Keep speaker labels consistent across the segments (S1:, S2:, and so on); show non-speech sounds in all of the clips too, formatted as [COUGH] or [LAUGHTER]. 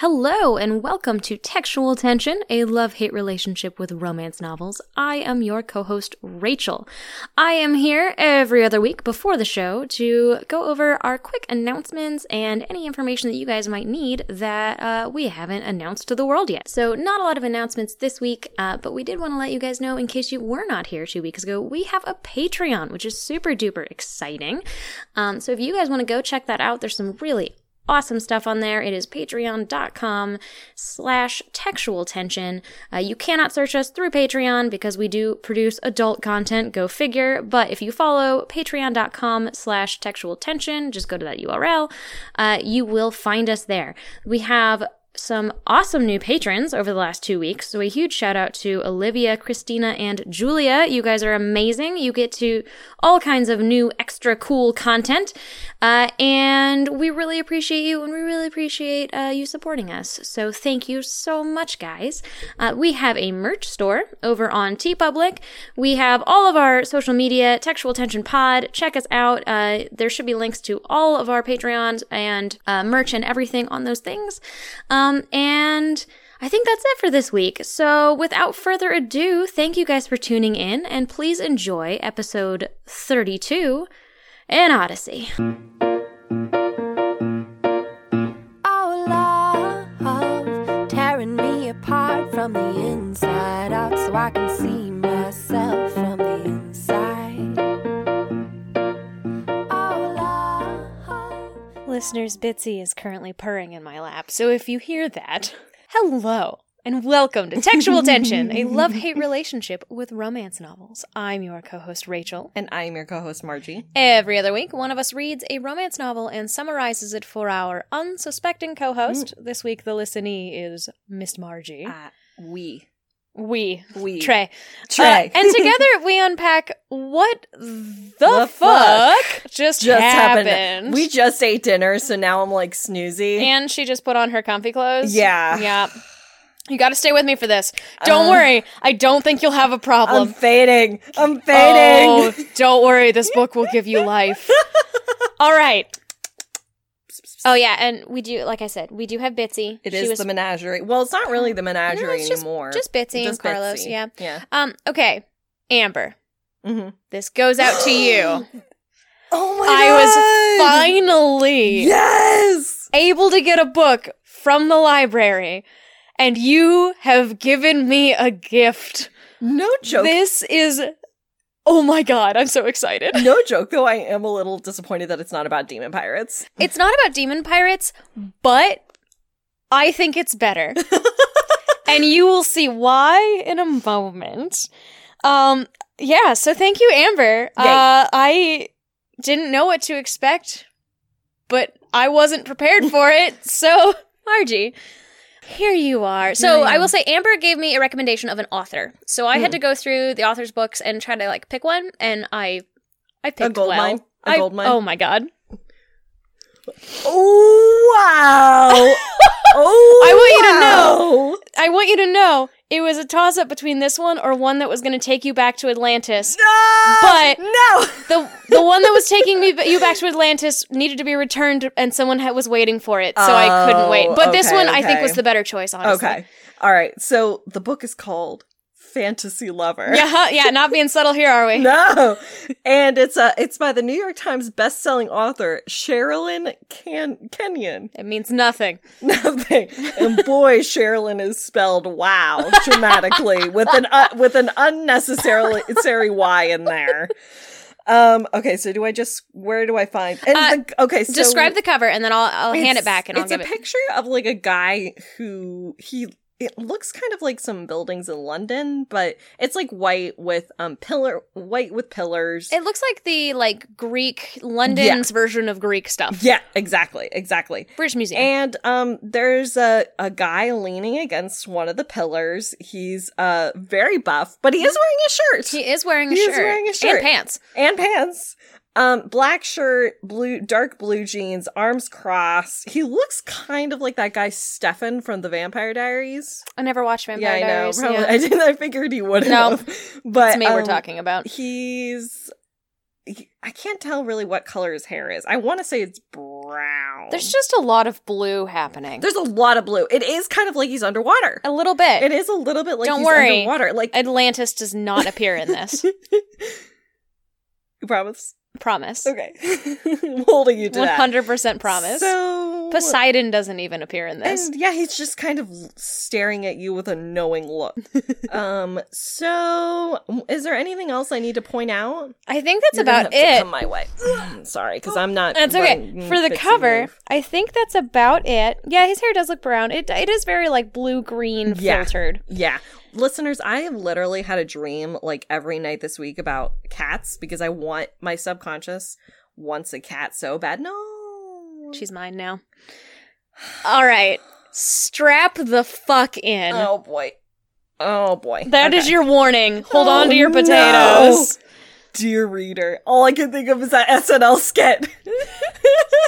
S1: Hello, and welcome to Textual Tension, a love hate relationship with romance novels. I am your co host, Rachel. I am here every other week before the show to go over our quick announcements and any information that you guys might need that uh, we haven't announced to the world yet. So, not a lot of announcements this week, uh, but we did want to let you guys know in case you were not here two weeks ago, we have a Patreon, which is super duper exciting. Um, so, if you guys want to go check that out, there's some really awesome stuff on there. It is patreon.com slash textual tension. Uh, you cannot search us through Patreon because we do produce adult content, go figure. But if you follow patreon.com slash textual tension, just go to that URL, uh, you will find us there. We have some awesome new patrons over the last two weeks. So, a huge shout out to Olivia, Christina, and Julia. You guys are amazing. You get to all kinds of new, extra cool content. Uh, and we really appreciate you and we really appreciate uh, you supporting us. So, thank you so much, guys. Uh, we have a merch store over on TeePublic. We have all of our social media, Textual Tension Pod. Check us out. Uh, there should be links to all of our Patreons and uh, merch and everything on those things. Um, um, and I think that's it for this week. So, without further ado, thank you guys for tuning in, and please enjoy episode 32 An Odyssey.
S2: Oh, love, tearing me apart from the inside out so I can see myself from the inside. Oh, love.
S1: Listeners, Bitsy is currently purring in my lap. So, if you hear that, hello. And welcome to Textual Tension, a love
S3: [LAUGHS]
S1: hate relationship with romance novels. I'm your co host, Rachel.
S3: And I am your co host, Margie.
S1: Every other week, one of us reads a romance novel and summarizes it for our unsuspecting co host. This week, the listenee is Miss Margie.
S3: Mm. Uh, we.
S1: we.
S3: We.
S1: Trey.
S3: Trey.
S1: Uh, and together we unpack what the,
S3: [LAUGHS] The
S1: fuck,
S3: fuck
S1: just,
S3: Just
S1: happened.
S3: happened. We just ate dinner, so now I'm like [LAUGHS] snoozy.
S1: and she just put on her comfy clothes.
S3: Yeah.
S1: Yeah. You got to stay with me for this. Don't
S3: Uh.
S1: worry. I don't think you'll have a
S3: I'm
S1: problem.
S3: fading. I'm fading.
S1: Oh, don't worry. This book will give you
S3: [LAUGHS]
S1: life. All right. Oh yeah, and we do. Like I said, we do have Bitsy.
S3: [LAUGHS] It
S1: She
S3: is
S1: was-
S3: the menagerie. Well, it's not really the menagerie
S1: No, it's just-
S3: anymore.
S1: Just Bitsy and
S3: Just
S1: Carlos.
S3: Bitsy.
S1: Yeah.
S3: Yeah.
S1: Um. Okay. Amber,
S3: Mm-hmm.
S1: this goes out to
S3: [GASPS]
S1: you.
S3: Oh my
S1: I was finally
S3: Yes.
S1: able to get a book from the library, and you have given me a gift.
S3: No joke.
S1: This is. Oh my god! I'm so excited.
S3: no joke, though I am a little disappointed that it's not about demon pirates.
S1: It's not about demon pirates, but I think it's
S3: [LAUGHS]
S1: better. and you will see why in a moment. Um yeah, so thank you Amber. Uh I didn't know what to expect, but I wasn't prepared for
S3: [LAUGHS]
S1: it. So, Margie, here you are. So,
S4: Mm.
S1: I will say Amber gave me a recommendation of an author. So, I
S4: Hmm.
S1: had to go through the author's books and try to like pick one and I I picked
S3: gold
S1: well.
S3: mine. A
S1: I-
S3: gold mine.
S1: Oh my god. [LAUGHS]
S3: Oh, wow. oh,
S1: I want
S3: you to know.
S1: I want you to know it was a toss up between this one or one that was going to take you back to Atlantis.
S3: No!
S1: But-
S3: no!
S1: The the one that was taking me you back to Atlantis needed to be returned, and someone ha- was waiting for it, so I couldn't
S3: Oh,
S1: wait. But this
S3: okay,
S1: one I think
S3: okay.
S1: was the better choice, honestly.
S3: Okay. All right. So the book is called Fantasy Lover.
S1: [LAUGHS] Yeah, huh, yeah. Not being subtle here, are we?
S3: [LAUGHS] No. And it's uh it's by the New York Times best-selling author Sherilyn Can- Kenyon. [LAUGHS]
S1: It means nothing.
S3: Nothing. And boy, Sherilyn is spelled wow dramatically with an uh, with an unnecessarily sorry y in there. Um okay, so do I just where do I find And
S1: Uh,
S3: the, okay, so
S1: Describe the cover, and then I'll I'll hand
S3: It's-
S1: it back, and I'll
S3: it's
S1: give
S3: a
S1: it.
S3: picture of like a guy who he it looks kind of like some buildings in London, but it's like white with um pillar white with pillars.
S1: It looks like the like Greek London's version of Greek stuff.
S3: yeah, exactly, exactly.
S1: British Museum.
S3: And um there's a a guy leaning against one of the pillars. He's uh very buff, but he is wearing a shirt
S1: he is wearing a
S3: He is
S1: shirt.
S3: wearing a shirt.
S1: and pants.
S3: and pants. Um black shirt, blue dark blue jeans, arms crossed. He looks kind of like that guy Stefan from the Vampire Diaries.
S1: I never watched Vampire
S3: yeah,
S1: Diaries.
S3: I know. Probably.
S1: yeah.
S3: I didn't. I figured he would.
S1: No.
S3: have. but
S1: It's me we're
S3: um,
S1: talking about.
S3: He's. he- I can't tell really what color his hair is. I want to say it's brown.
S4: There's just a lot of blue happening.
S3: There's a lot of blue. It is kind of like he's underwater.
S4: a little bit.
S3: It is a little bit like
S4: Don't
S3: he's
S4: worry.
S3: underwater. Like
S4: Atlantis does not appear
S3: [LAUGHS]
S4: in this.
S3: you promise?
S4: promise.
S3: Okay. [LAUGHS] I'm holding you to
S4: One
S3: that.
S4: hundred percent promise.
S3: So
S4: Poseidon doesn't even appear in this.
S3: and yeah, he's just kind of staring at you with a knowing look.
S4: [LAUGHS]
S3: um. So, is there anything else I need to point out?
S4: I think that's
S3: You're gonna
S4: about
S3: have to
S4: it.
S3: Come my way. [CLEARS THROAT] Sorry, because I'm not.
S4: That's okay.
S3: running-
S4: For the
S3: fixing
S4: cover,
S3: you.
S4: I think that's about it. Yeah, his hair does look brown. It it is very like blue green
S3: Yeah.
S4: filtered.
S3: Yeah. Listeners, I have literally had a dream like every night this week about cats because I want my subconscious wants a cat so bad. No.
S4: She's mine [LAUGHS] now. All right. Strap the fuck in. That is
S3: Oh boy. Oh boy.
S4: your warning. Hold on
S3: Oh,
S4: to your
S3: no.
S4: potatoes.
S3: dear reader. All I can think of is that SNL skit.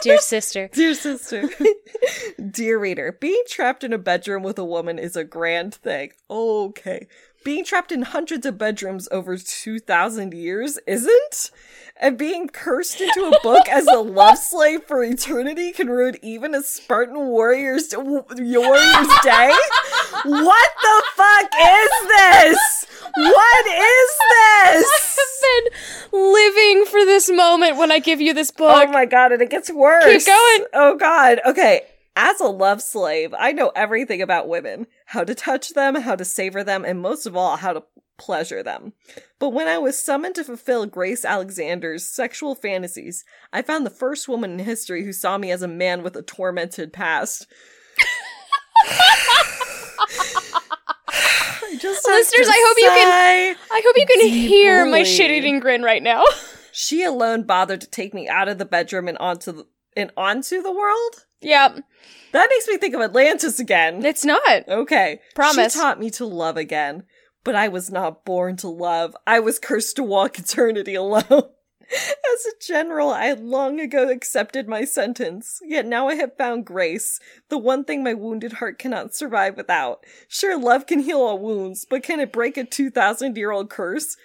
S4: Dear sister.
S3: [LAUGHS] Dear sister. Dear reader, being trapped in a bedroom with a woman is a grand thing. Okay. Being trapped in hundreds of bedrooms over 2,000 years isn't? And being cursed into a book as a love slave for eternity can ruin even a Spartan warrior's, warrior's day? What the fuck is this? What is this?
S4: I've been living for this moment when I give you this
S3: Oh
S4: book.
S3: my god, and it gets worse.
S4: Keep going.
S3: Oh god. Okay. As a love slave, I know everything about women how to touch them, how to savor them, and most of all, how to pleasure them. But when I was summoned to fulfill Grace Alexander's sexual fantasies, I found the first woman in history who saw me as a man with a tormented past. I just have
S4: Listeners,
S3: to
S4: I hope you can-
S3: sigh.
S4: I hope you can hear my
S3: Deeply.
S4: shit eating grin right now. [LAUGHS]
S3: She alone bothered to take me out of the bedroom and onto the, and onto the world.
S4: yep.
S3: That makes me think of Atlantis again.
S4: It's not.
S3: Okay,
S4: Promise.
S3: She taught me to love again, but I was not born to love. I was cursed to walk eternity [LAUGHS] alone. As a general, I had long ago accepted my sentence, yet now I have found grace, the one thing my wounded heart cannot survive without. Sure, love can heal all wounds, but can it break a 2,000 year old curse?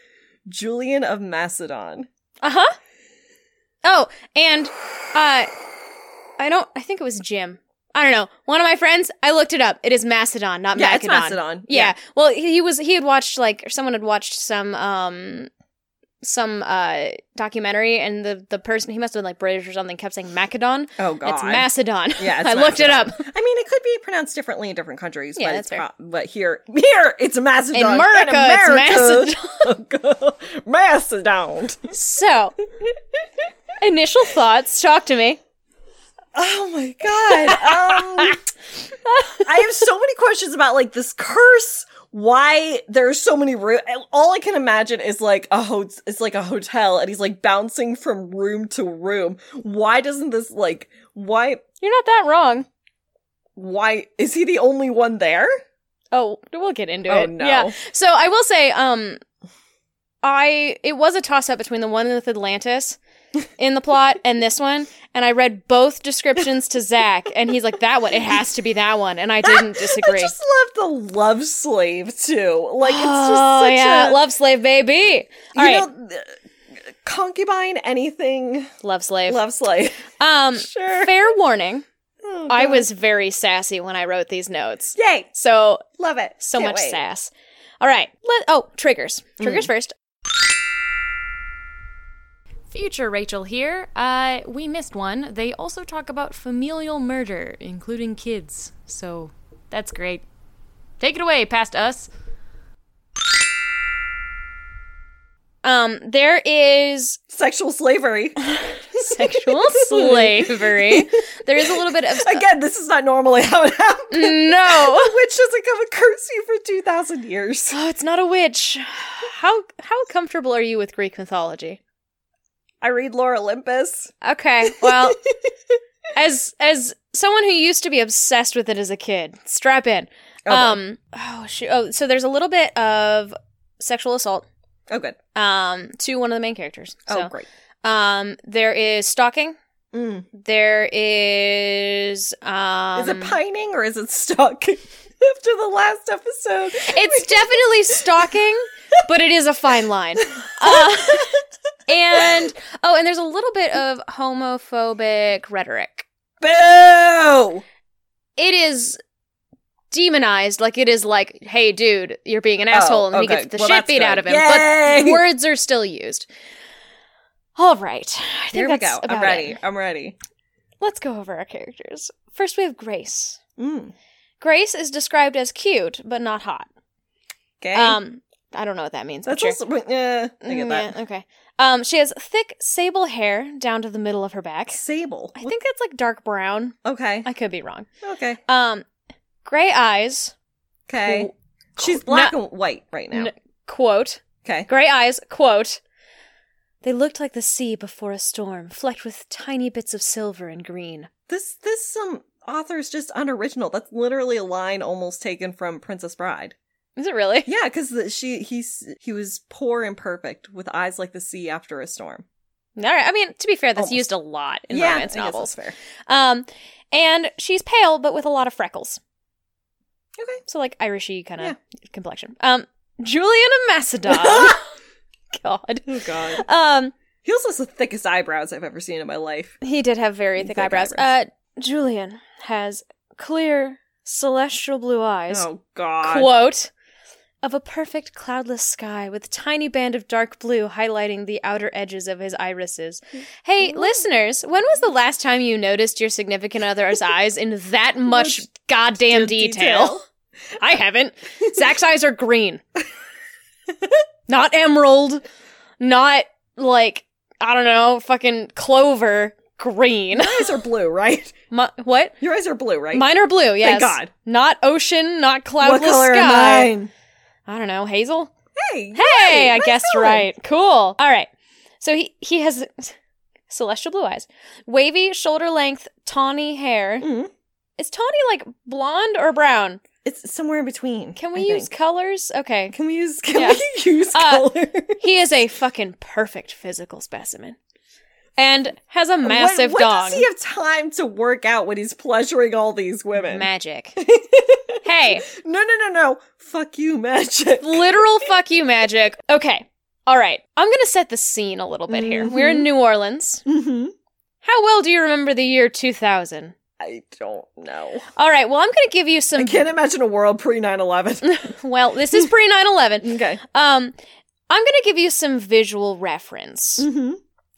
S3: Julian of Macedon.
S4: Uh huh. Oh, and uh, I don't. I think it was Jim. I don't know. One of my friends. I looked it up. It is Macedon, not
S3: Yeah, it's
S4: Macedon.
S3: Macedon.
S4: Yeah. Well, he, he was. He had watched like or someone had watched some um some uh documentary, and the the person he must have been like British or something kept saying Macedon.
S3: Oh, God.
S4: It's Macedon. [LAUGHS]
S3: Yeah, it's
S4: I looked it up.
S3: Macedon. I mean, it could be pronounced differently in different countries,
S4: Yeah,
S3: but
S4: that's
S3: it's pro- but here, [LAUGHS] here it's Macedon.
S4: In America, it's
S3: America, it's [LAUGHS] Macedon. [LAUGHS]
S4: So, initial thoughts. Talk to me.
S3: Oh my god. Um, [LAUGHS] I have so many questions about like this curse. Why there's so many room? All I can imagine is like a ho- it's like a hotel, and he's like bouncing from room to room. Why doesn't this like why
S4: You're not that wrong.
S3: why is he the only one there?
S4: Oh, we'll get into
S3: Oh
S4: it.
S3: no.
S4: Yeah. So I will say, um, I it was a toss up between the one
S3: [LAUGHS]
S4: with Atlantis in the plot and this one, and I read both descriptions to Zach, and he's like, "That one, it has to be that one," and
S3: [LAUGHS]
S4: I didn't disagree.
S3: I just love the love slave too. Like it's
S4: oh
S3: just such
S4: yeah,
S3: a
S4: love slave baby.
S3: you
S4: All right,
S3: know th- concubine anything
S4: love slave.
S3: love slave. [LAUGHS]
S4: um,
S3: Sure.
S4: fair warning,
S3: Oh,
S4: I
S3: God.
S4: was very sassy when I wrote these notes.
S3: yay,
S4: So
S3: love it.
S4: so
S3: Can't
S4: much
S3: wait. Hmm.
S4: sass. All right, let oh triggers triggers first.
S1: Future Rachel here. Uh, we missed one. They also talk about familial murder, including kids. So that's great. Take it away, past us.
S4: Um, there
S3: [LAUGHS]
S4: is
S3: Sexual
S4: [LAUGHS]
S3: slavery.
S4: sexual slavery. There is a
S3: [LAUGHS]
S4: little bit of
S3: Again, this is not normally how it happens. [LAUGHS]
S4: no.
S3: A witch doesn't come and curse you for two thousand years.
S4: Oh, it's not a witch. How how comfortable are you with Greek mythology?
S3: I read Laura Olympus.
S4: Okay, well, as as someone who used to be obsessed with it as a kid, strap in.
S3: Oh, boy.
S4: um, oh, shoot. oh, so there's a little bit of sexual assault
S3: Oh good.
S4: um to one of the main characters.
S3: Oh
S4: So,
S3: great.
S4: um, there is stalking.
S3: Mm.
S4: There is um,
S3: is it pining or is it stuck? [LAUGHS] After the last episode, [LAUGHS]
S4: It's definitely stalking, but it is a fine line. Uh, and oh, and there's a little bit of homophobic rhetoric.
S3: Boo!
S4: It is demonized, like it is like, "Hey, dude, you're being an asshole," and he
S3: Oh, okay.
S4: gets the
S3: Well,
S4: shit
S3: that's
S4: beat
S3: good.
S4: out of him.
S3: Yay!
S4: But words are still used. All right, I think
S3: Here we
S4: that's
S3: go. I'm
S4: about
S3: ready.
S4: it.
S3: I'm ready.
S4: Let's go over our characters. First, we have Grace.
S3: Mm.
S4: Grace is described as cute but not hot.
S3: Okay.
S4: Um, I don't know what that means.
S3: That's
S4: but sure.
S3: also. Yeah, I get
S4: Mm,
S3: that.
S4: yeah, okay. Um, she has thick sable hair down to the middle of her back.
S3: Sable.
S4: I think that's like dark brown.
S3: Okay.
S4: I could be wrong.
S3: Okay.
S4: Um, gray eyes.
S3: Okay.
S4: Qu-
S3: She's
S4: qu-
S3: black
S4: not-
S3: and white right now.
S4: n- quote.
S3: Okay.
S4: Gray eyes. Quote. They looked like the sea before a storm, flecked with tiny bits of silver and green.
S3: This this some author's just unoriginal. That's literally a line almost taken from Princess Bride.
S4: Is it really?
S3: Yeah, because she he's he was poor and perfect with eyes like the sea after a storm.
S4: All right. I mean, to be fair, that's
S3: Almost.
S4: used a lot in
S3: yeah,
S4: romance
S3: I guess that's
S4: novels.
S3: fair.
S4: Um, and she's pale but with a lot of freckles.
S3: Okay.
S4: So like Irishy kind of
S3: Yeah.
S4: complexion. Um, Julian
S3: [LAUGHS]
S4: of Macedon. God.
S3: Oh god.
S4: Um,
S3: He also has the thickest eyebrows I've ever seen in my life.
S4: He did have very
S3: Thick
S4: thick, eyebrows.
S3: eyebrows.
S4: Uh, Julian has clear, celestial blue eyes.
S3: Oh god.
S4: quote of a perfect cloudless sky with a tiny band of dark blue highlighting the outer edges of his irises. Hey, listeners, when was the last time you noticed your significant other's eyes in that much goddamn
S3: Good
S4: detail?
S3: [LAUGHS]
S4: I haven't. Zach's eyes are green. not emerald, not like, I don't know, fucking clover, green. [LAUGHS]
S3: Your eyes are blue, right?
S4: My, what?
S3: Your eyes are blue, right?
S4: Mine are blue, yes.
S3: God.
S4: Not ocean, not
S3: what
S4: cloudless
S3: color are
S4: sky.
S3: mine?
S4: I don't know, hazel?
S3: Hey,
S4: Hey, I
S3: nice
S4: guessed
S3: going.
S4: right. Cool. All right. So he he has [LAUGHS] celestial blue eyes, wavy shoulder length, tawny hair.
S3: Mhm.
S4: Is tawny like blonde or brown?
S3: It's somewhere in between.
S4: Can we
S3: I
S4: use
S3: think.
S4: colors? Okay.
S3: Can we use? Can
S4: Yeah.
S3: we [LAUGHS] use
S4: Uh, [LAUGHS]
S3: color?
S4: He is a fucking perfect physical specimen, and has a massive
S3: when, when
S4: dong.
S3: does he have time to work out when he's pleasuring all these women?
S4: [LAUGHS] magic. hey,
S3: no, no, no, no. Fuck you,
S4: [LAUGHS]
S3: magic.
S4: literal fuck you, magic. Okay. All right. I'm gonna set the scene a little bit here. We're in
S3: Mm-hmm.
S4: New Orleans.
S3: hmm
S4: How well do you remember the year 2000?
S3: I don't know.
S4: All right. Well, I'm going to give you
S3: I
S4: some.
S3: can't imagine a world pre 9
S4: [LAUGHS]
S3: 11.
S4: Well, this is pre 9 11.
S3: okay.
S4: Um, I'm going to give you some visual reference
S3: Mm-hmm.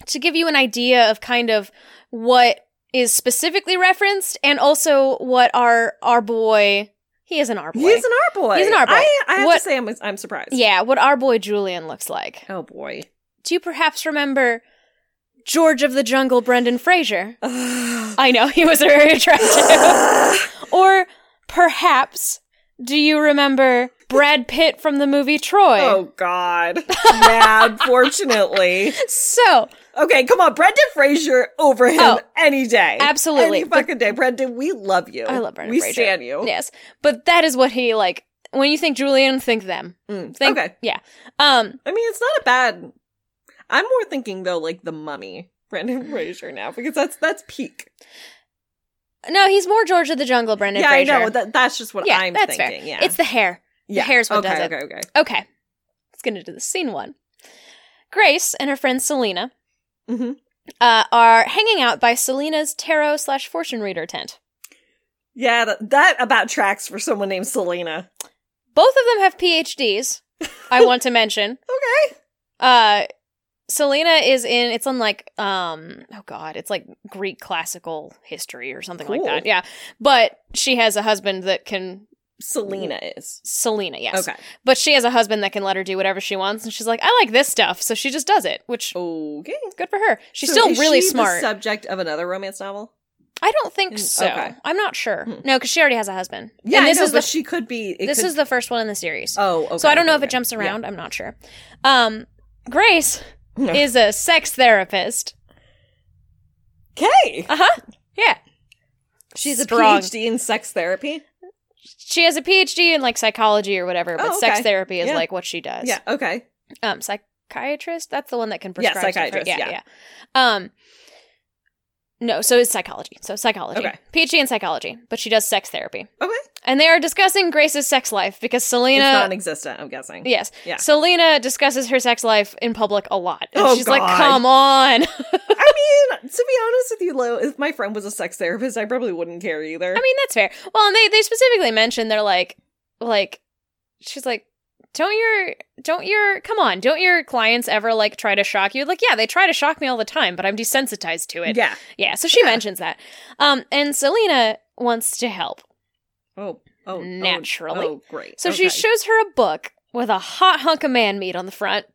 S4: to give you an idea of kind of what is specifically referenced and also what our our boy he is an our boy.
S3: He's an R boy.
S4: He's an R boy.
S3: I, I have to
S4: What-
S3: say, I'm, I'm surprised.
S4: yeah, what our boy Julian looks like.
S3: Oh,
S4: [SIGHS]
S3: boy. [SIGHS]
S4: Do you perhaps remember George of the Jungle Brendan Fraser?
S3: Ugh.
S4: I know he was very attractive.
S3: [LAUGHS]
S4: or perhaps do you remember Brad Pitt from the movie Troy?
S3: oh, God. Yeah,
S4: [LAUGHS]
S3: unfortunately.
S4: So,
S3: Okay, come on. Brendan Fraser over him
S4: Oh,
S3: any day.
S4: absolutely.
S3: Any fucking day. Brendan, we love you.
S4: I love Brendan
S3: we
S4: Fraser.
S3: stand you.
S4: Yes, but that is what he like. When you think Julian, think them.
S3: Mm,
S4: Think,
S3: okay.
S4: Yeah. Um.
S3: I mean, it's not a bad. I'm more thinking though, like the Mummy, Brendan [LAUGHS] Fraser now, because that's that's peak.
S4: No, he's more George of the Jungle, Brendan.
S3: yeah,
S4: Fraser.
S3: I know that. That's just what
S4: yeah,
S3: I'm
S4: that's
S3: thinking.
S4: fair.
S3: Yeah,
S4: It's the hair.
S3: yeah.
S4: hair's what
S3: okay,
S4: does it.
S3: Okay, okay,
S4: Okay. Let's get into the scene one. Grace and her friend Selena
S3: Mhm.
S4: uh, are hanging out by Selena's tarot slash fortune reader tent.
S3: Yeah, that, that about tracks for someone named Selena.
S4: Both of them have PhDs. I want to mention.
S3: Okay,
S4: Uh, Selena is in. It's on like um. Oh God, it's like Greek classical history or something like
S3: Cool.
S4: that. Yeah, but she has a husband that can.
S3: Selena is
S4: Selena, yes.
S3: okay.
S4: But she has a husband that can let her do whatever she wants, and she's like, I like this stuff, so she just does it, which
S3: Okay,
S4: good for her. She's
S3: So
S4: still
S3: is
S4: really
S3: she the
S4: smart.
S3: subject of another romance novel.
S4: I don't think
S3: Mm,
S4: so.
S3: okay.
S4: I'm not sure.
S3: Hmm.
S4: No, because she already has a husband.
S3: Yeah,
S4: and this
S3: I know,
S4: is
S3: but
S4: the
S3: she could be. It
S4: this
S3: could-
S4: is the first one in the series.
S3: Oh, okay.
S4: so I don't know
S3: okay,
S4: if it
S3: okay.
S4: jumps
S3: Yeah.
S4: around. I'm not sure. Um, Grace
S3: [LAUGHS] No.
S4: is a sex therapist. [LAUGHS]
S3: Okay,
S4: Uh huh. Yeah.
S3: she's
S4: strong.
S3: a PhD in sex therapy.
S4: She has a PhD in like psychology or whatever, but
S3: Oh,
S4: sex
S3: okay.
S4: therapy is
S3: Yeah.
S4: like what she does.
S3: Yeah. Okay.
S4: Um, psychiatrist. That's the one that can
S3: Yeah,
S4: prescribe. stuff, right?
S3: psychiatrist, yeah.
S4: yeah. Um. No, so it's psychology. So psychology.
S3: Okay.
S4: PhD in psychology, but she does sex therapy.
S3: Okay.
S4: And they are discussing Grace's sex life because Selena.
S3: it's non-existent. I'm guessing.
S4: Yes.
S3: Yeah.
S4: Selena discusses her sex life in public a lot. And
S3: Oh,
S4: she's
S3: God.
S4: like, come on. [LAUGHS] I
S3: I mean, to be honest with you, Lo, if my friend was a sex therapist, I probably wouldn't care either.
S4: mean, that's fair. Well, and they, they specifically mention they're like, like, she's like, don't your, don't your, come on, don't your clients ever like try to shock you? Like, yeah, they try to shock me all the time, but I'm desensitized to it.
S3: yeah.
S4: Yeah, so she mentions that. Um, and Selena wants to help.
S3: Oh, oh, oh,
S4: Naturally.
S3: Oh, great.
S4: So
S3: Okay.
S4: she shows her a book with a hot hunk of man meat on the front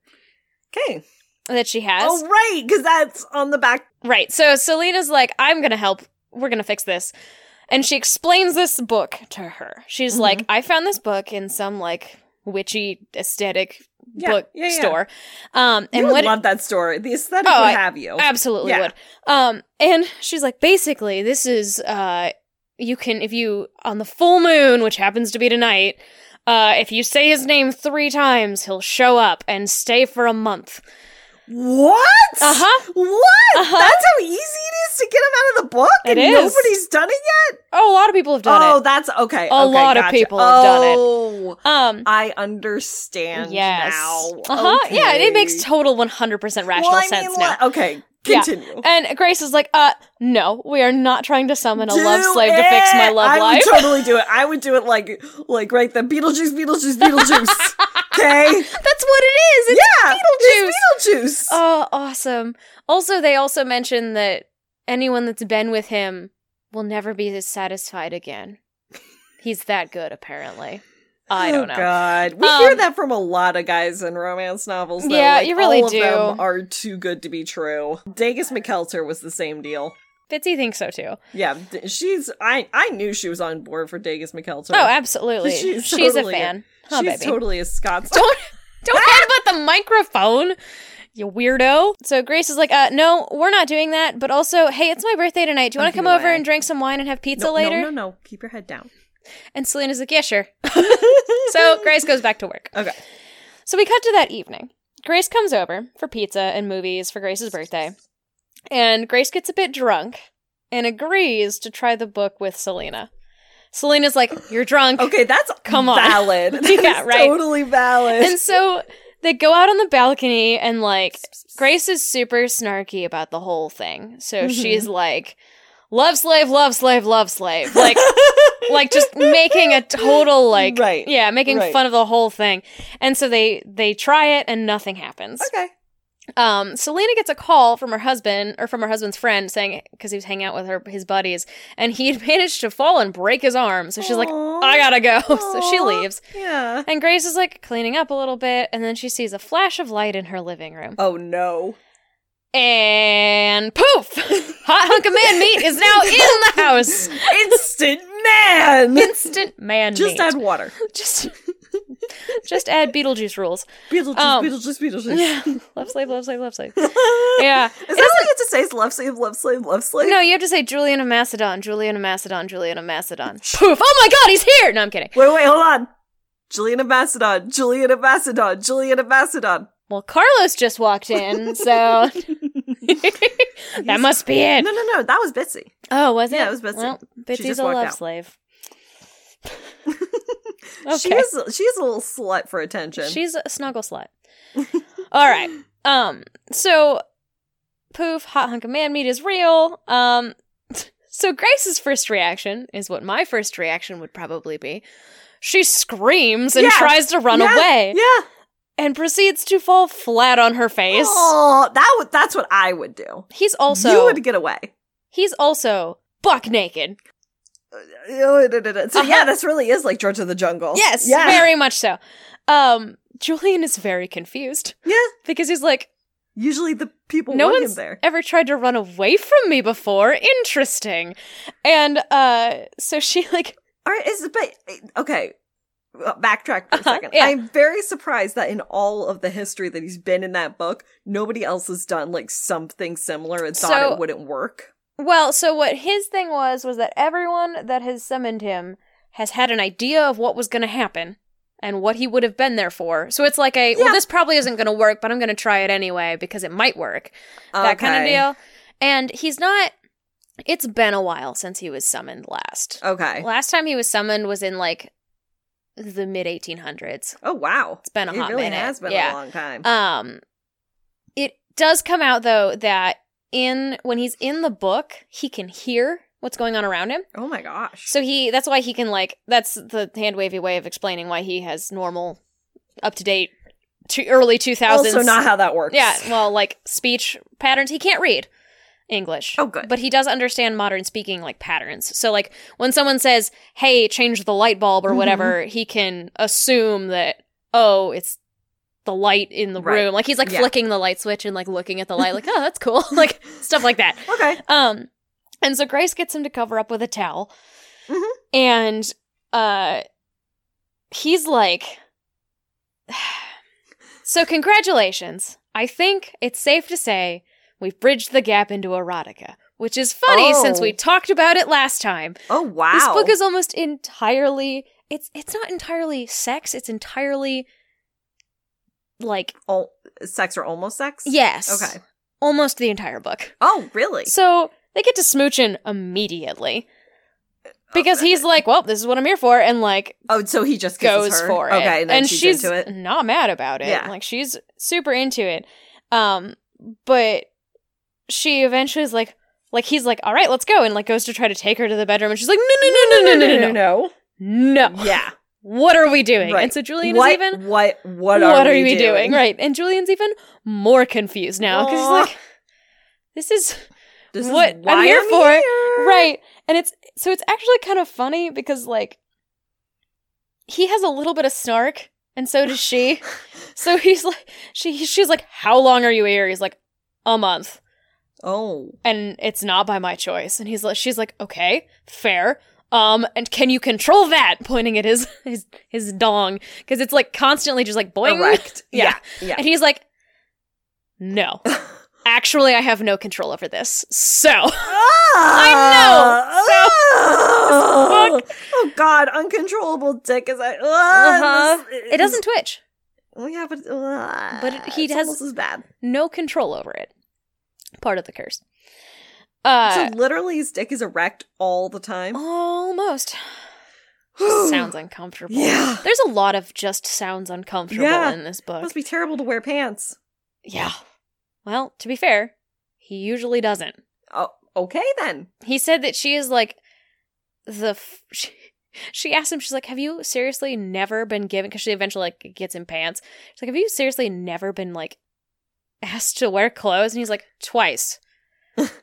S3: Okay.
S4: that she has.
S3: Oh, right, because that's on the back.
S4: Right. So Selena's like, I'm going to help. We're going to fix this. And she explains this book to her. She's
S3: Mhm.
S4: like, I found this book in some like witchy aesthetic
S3: Yeah,
S4: book
S3: yeah, yeah.
S4: store. Um,
S3: You
S4: and
S3: would
S4: what
S3: love that story. The aesthetic
S4: Oh,
S3: would
S4: I-
S3: have you.
S4: Absolutely
S3: Yeah.
S4: would. Um, and she's like, basically, this is uh, you can if you on the full moon, which happens to be tonight. Uh, if you say his name three times, he'll show up and stay for a month.
S3: what?
S4: Uh-huh.
S3: What?
S4: Uh-huh.
S3: That's how easy it is to get him out of the book,
S4: It
S3: and
S4: is.
S3: nobody's done it yet.
S4: Oh, a lot of people have done
S3: oh,
S4: it.
S3: that's okay.
S4: A
S3: okay,
S4: lot of
S3: gotcha.
S4: people have done it.
S3: Oh,
S4: Um,
S3: I understand
S4: yes.
S3: now.
S4: Uh-huh. Yeah, it makes
S3: Okay.
S4: total 100% rational
S3: well, I mean,
S4: sense now.
S3: what- Okay,
S4: Yeah.
S3: continue.
S4: And Grace is like, uh, no, we are not trying to summon a
S3: Do
S4: love slave to fix my
S3: it!
S4: love
S3: I
S4: life.
S3: would [LAUGHS] totally do it. I would do it like like right the Beetlejuice, Beetlejuice,
S4: [LAUGHS]
S3: Beetlejuice. Okay.
S4: [LAUGHS] That's what it is. It's
S3: yeah, it's Beetlejuice.
S4: Oh, awesome. Also, they also mention that anyone that's been with him will never be as satisfied again. He's that good, apparently. I don't
S3: Oh,
S4: know.
S3: God, we
S4: Um,
S3: hear that from a lot of guys in romance novels. Though.
S4: Yeah,
S3: Like,
S4: you really
S3: all of
S4: do.
S3: Them are too good to be true. Dagus McKelter was the same deal.
S4: Fitzy thinks so too.
S3: Yeah, d- she's. I I knew she was on board for Dagus McKelter.
S4: Oh,
S3: [LAUGHS]
S4: absolutely.
S3: She's
S4: She's,
S3: totally
S4: a fan. Huh,
S3: she's
S4: baby.
S3: totally a Scots.
S4: Don't
S3: Ah!
S4: don't headbutt the microphone, you weirdo. So Grace is like, uh, no, we're not doing that. But also, hey, it's my birthday tonight. Do you
S3: I'm
S4: want to come
S3: gonna
S4: over
S3: lie.
S4: and drink some wine and have pizza
S3: no,
S4: later?
S3: No, no, no. Keep your head down.
S4: And Selena's like,
S3: [LAUGHS]
S4: yeah, sure. so Grace goes back to work.
S3: Okay.
S4: So we cut to that evening. Grace comes over for pizza and movies for Grace's birthday. And Grace gets a bit drunk and agrees to try the book with Selena. Selena's like, You're drunk.
S3: Okay, that's
S4: Come on. [LAUGHS]
S3: valid. That
S4: Yeah,
S3: is
S4: right.
S3: Totally valid.
S4: And so they go out on the balcony and like Grace is super snarky about the whole thing. So
S3: Mhm.
S4: she's like, Love slave, love slave, love slave.
S3: [LAUGHS]
S4: Like like just making a total like
S3: Right,
S4: yeah, making
S3: right.
S4: fun of the whole thing. And so they they try it and nothing happens.
S3: okay.
S4: Um, Selena gets a call from her husband or from her husband's friend saying because he was hanging out with her his buddies and he had [LAUGHS] managed to fall and break his arm. So she's like,
S3: Aw.
S4: I gotta go. [LAUGHS] So she
S3: Aw.
S4: leaves.
S3: Yeah.
S4: And Grace is like cleaning up a little bit, and then she sees a flash of light in her living room.
S3: Oh no. [LAUGHS]
S4: And poof! Hot hunk of man meat is now in the house.
S3: Instant man.
S4: Instant man
S3: Just
S4: meat.
S3: add water.
S4: just [LAUGHS] just add Beetlejuice rules.
S3: Beetlejuice,
S4: Um,
S3: Beetlejuice, Beetlejuice.
S4: Yeah, love slave, love slave, love [LAUGHS] slave.
S3: yeah.
S4: Yeah.
S3: Is that all you have to say? Is love slave, love slave, love slave?
S4: No, you have to say Julian of Macedon, Julian of Macedon, Julian of Macedon. Poof! Oh my god, he's here! No, I'm kidding.
S3: Wait, wait, hold on. Julian of Macedon, Julian of Macedon, Julian of Macedon.
S4: Well, Carlos just walked
S3: [LAUGHS]
S4: in, so [LAUGHS] that must be it.
S3: No, no, no. That was Bitsy.
S4: Oh, was it?
S3: Yeah, it was Bitsy.
S4: Well,
S3: She just
S4: Bitsy's a
S3: walked
S4: love
S3: out.
S4: slave.
S3: She
S4: Okay.
S3: is, she is a little slut for attention.
S4: She's a snuggle slut. [LAUGHS] All right. Um. So, poof, hot hunk of man meat is real. Um. [LAUGHS] So Grace's first reaction is what my first reaction would probably be. She screams and
S3: Yeah.
S4: tries to run
S3: Yeah,
S4: away
S3: Yeah.
S4: and proceeds to fall flat on her face.
S3: Oh, that would, that's what I would do.
S4: He's also
S3: you would get away.
S4: he's also buck naked.
S3: So yeah,
S4: Uh-huh.
S3: this really is like George of the Jungle.
S4: Yes,
S3: Oh, Yeah.
S4: very much so. Um, Julian is very confused
S3: yeah.
S4: because he's like,
S3: Usually the people
S4: no
S3: want him
S4: one's
S3: there.
S4: ever tried to run away from me before. Interesting. And uh so she [LAUGHS] like
S3: All right, is but okay. uh, Backtrack for a 2nd
S4: Uh-huh, yeah.
S3: I'm very surprised that in all of the history that he's been in that book, nobody else has done like something similar and thought
S4: So-
S3: it wouldn't work.
S4: well, so what his thing was was that everyone that has summoned him has had an idea of what was going to happen and what he would have been there for. So it's like a
S3: Yeah.
S4: well this probably isn't going to work, but I'm going to try it anyway because it might work. That kind of
S3: Okay.
S4: deal. And he's not It's been a while since he was summoned last.
S3: Okay.
S4: Last time he was summoned was in like the mid 1800s.
S3: Oh wow, it's
S4: been a
S3: it
S4: hot
S3: really
S4: minute.
S3: has been
S4: Yeah.
S3: a long time.
S4: Um it does come out though that in when he's in the book, he can hear what's going on around him.
S3: oh my gosh.
S4: So he that's why he can like that's the hand wavy way of explaining why he has normal up to date to early 2000s
S3: also not how that works.
S4: Yeah, well, like speech patterns. He can't read English.
S3: Oh, good.
S4: But he does understand modern speaking like patterns. So like when someone says, "Hey, change the light bulb"
S3: Mm-hmm.
S4: or whatever, he can assume that oh, it's the light in the
S3: Right.
S4: room. Like he's like
S3: Yeah.
S4: flicking the light switch and like looking at the light like, "Oh, that's cool." [LAUGHS] like stuff like that.
S3: Okay.
S4: Um, and so Grace gets him to cover up with a towel,
S3: Mhm.
S4: and uh, he's like, [SIGHS] "So congratulations! I think it's safe to say we've bridged the gap into erotica." Which is funny
S3: Oh.
S4: since we talked about it last time.
S3: Oh wow.
S4: This book is almost entirely it's it's not entirely sex, it's entirely like
S3: Al- sex or almost sex.
S4: yes.
S3: Okay.
S4: Almost the entire book.
S3: Oh really?
S4: So they get to smooching immediately because he's like, "Well, this is what I'm here for," and like
S3: oh, so he just kisses
S4: goes
S3: her?
S4: for it.
S3: Okay, and then she's,
S4: she's
S3: into it.
S4: not mad about it.
S3: Yeah.
S4: Like she's super into it. Um, but she eventually is like, like he's like, "All right, let's go," and like goes to try to take her to the bedroom, and she's like, "No, no, no, no, no, no, no,
S3: no,
S4: no!
S3: no. Yeah.
S4: What are we doing?"
S3: Right.
S4: And so Julian
S3: what,
S4: is even,
S3: what? What?
S4: "What,
S3: are,
S4: are,
S3: we,
S4: we doing? Right? And Julian's even more confused now because he's
S3: Aw.
S4: like, "This is."
S3: This is
S4: What I'm
S3: why
S4: here for.
S3: here.
S4: right and it's so it's actually kind of funny because like he has a little bit of snark and so does [LAUGHS] she so he's like she she's like how long are you here he's like a month
S3: Oh.
S4: and it's not by my choice and he's like she's like okay fair um and can you control that [LAUGHS] pointing at his his his dong because it's like constantly just like boing
S3: Erect.
S4: [LAUGHS] Yeah.
S3: Yeah.
S4: and he's like [LAUGHS] no actually i have no control over this so
S3: Ah! I
S4: know. So-
S3: oh God, uncontrollable dick is like.
S4: Uh-huh.
S3: Uh,
S4: it [LAUGHS] doesn't twitch
S3: Well, yeah, but uh,
S4: But he
S3: it's
S4: has-
S3: almost as bad.
S4: no control over it. Part of the curse. Uh,
S3: so literally, his dick is erect all the time.
S4: almost Oh,
S3: [GASPS]
S4: sounds uncomfortable.
S3: Yeah.
S4: There's a lot of just sounds uncomfortable
S3: Yeah.
S4: in this book.
S3: Must be terrible to wear pants.
S4: yeah. Well, to be fair, he usually doesn't.
S3: Oh, okay then.
S4: He said that she is like the. F- [LAUGHS] she, she asked him, she's like, Have you seriously never been given? Because she eventually like gets in pants. She's like, Have you seriously never been like asked to wear clothes? And he's like, Twice.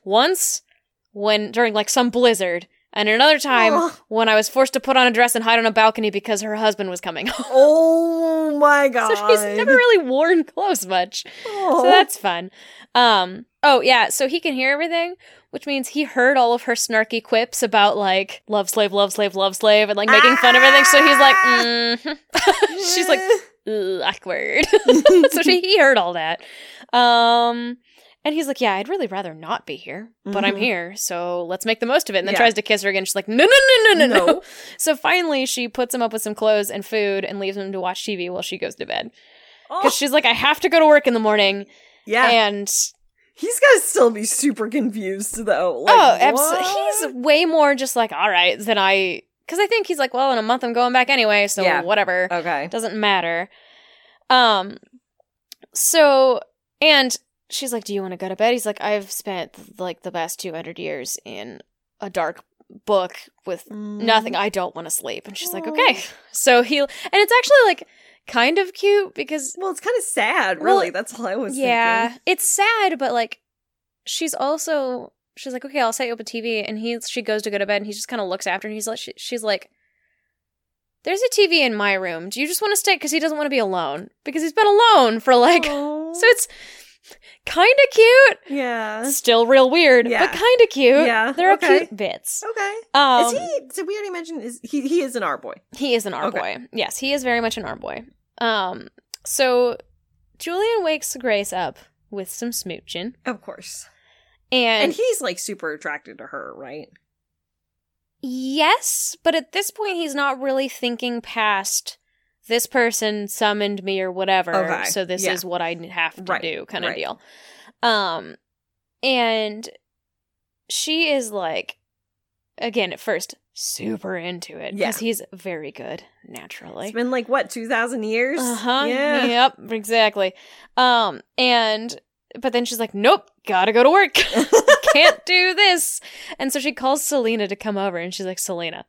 S4: Once when during like some blizzard, and another time
S3: Oh.
S4: when I was forced to put on a dress and hide on a balcony because her husband was coming home.
S3: Oh my God.
S4: [LAUGHS] so she's never really worn clothes much.
S3: Oh.
S4: So that's fun. Um oh yeah, so he can hear everything, which means he heard all of her snarky quips about like love slave, love slave, love slave, and like making fun of everything. So he's like, mm she's like
S3: Oh.
S4: "Ugh, awkward. [LAUGHS] so she, he heard all that. Um and he's like, Yeah, I'd really rather not be here, but I'm
S3: Mhm.
S4: here, so let's make the most of it. And then
S3: Yeah.
S4: tries to kiss her again. She's like, No, no, no, no, no,
S3: [LAUGHS]
S4: no.
S3: No.
S4: So finally she puts him up with some clothes and food and leaves him to watch TV while she goes to bed.
S3: Oh,
S4: Because she's like, I have to go to work in the morning
S3: yeah.
S4: and
S3: He's got to still be super confused though. Like,
S4: oh,
S3: what?
S4: absolutely. He's way more just like, all right, than I. Because I think he's like, well, in a month I'm going back anyway, so
S3: Yeah.
S4: whatever.
S3: okay.
S4: Doesn't matter. Um, so, and she's like, do you want to go to bed? He's like, I've spent like the past 200 years in a dark book with Mm. nothing. I don't want to sleep. And she's like,
S3: Mm-hmm. Aw.
S4: okay. [LAUGHS] So he, and it's actually like kind of cute because
S3: Well, it's kind of sad,
S4: Well,
S3: really. That's all I was
S4: yeah
S3: thinking.
S4: it's sad but like she's also she's like okay i'll set you up a tv and he she goes to go to bed and he just kind of looks after her and he's like she, she's like there's a tv in my room do you just want to stay because he doesn't want to be alone because he's been alone for like [LAUGHS]
S3: Aw.
S4: so it's kind of cute
S3: yeah.
S4: still real weird
S3: Uh, Yeah.
S4: but kind of cute
S3: Yeah,
S4: there are
S3: okay.
S4: cute bits
S3: Okay.
S4: um
S3: is he? So we already mentioned is he? He is an R boy.
S4: He is an R
S3: Okay.
S4: boy. Yes, he is very much an R boy. Um, so Julian wakes Grace up with some smooching,
S3: Of course.
S4: and,
S3: And he's like super attracted to her, right?
S4: yes, but at this point, he's not really thinking past this person summoned me or whatever.
S3: Okay,
S4: So this
S3: Oh, yeah.
S4: is what I have to
S3: Right,
S4: do, kind of
S3: right.
S4: deal. Um, and she is like, again, at first, super into it
S3: Yeah.
S4: because he's very good naturally.
S3: It's been like what two thousand years.
S4: Uh-huh.
S3: Yeah.
S4: Yep, exactly. Um and but then she's like, "Nope, got to go to work. [LAUGHS] Can't do this." And so she calls Selena to come over and she's like, "Selena,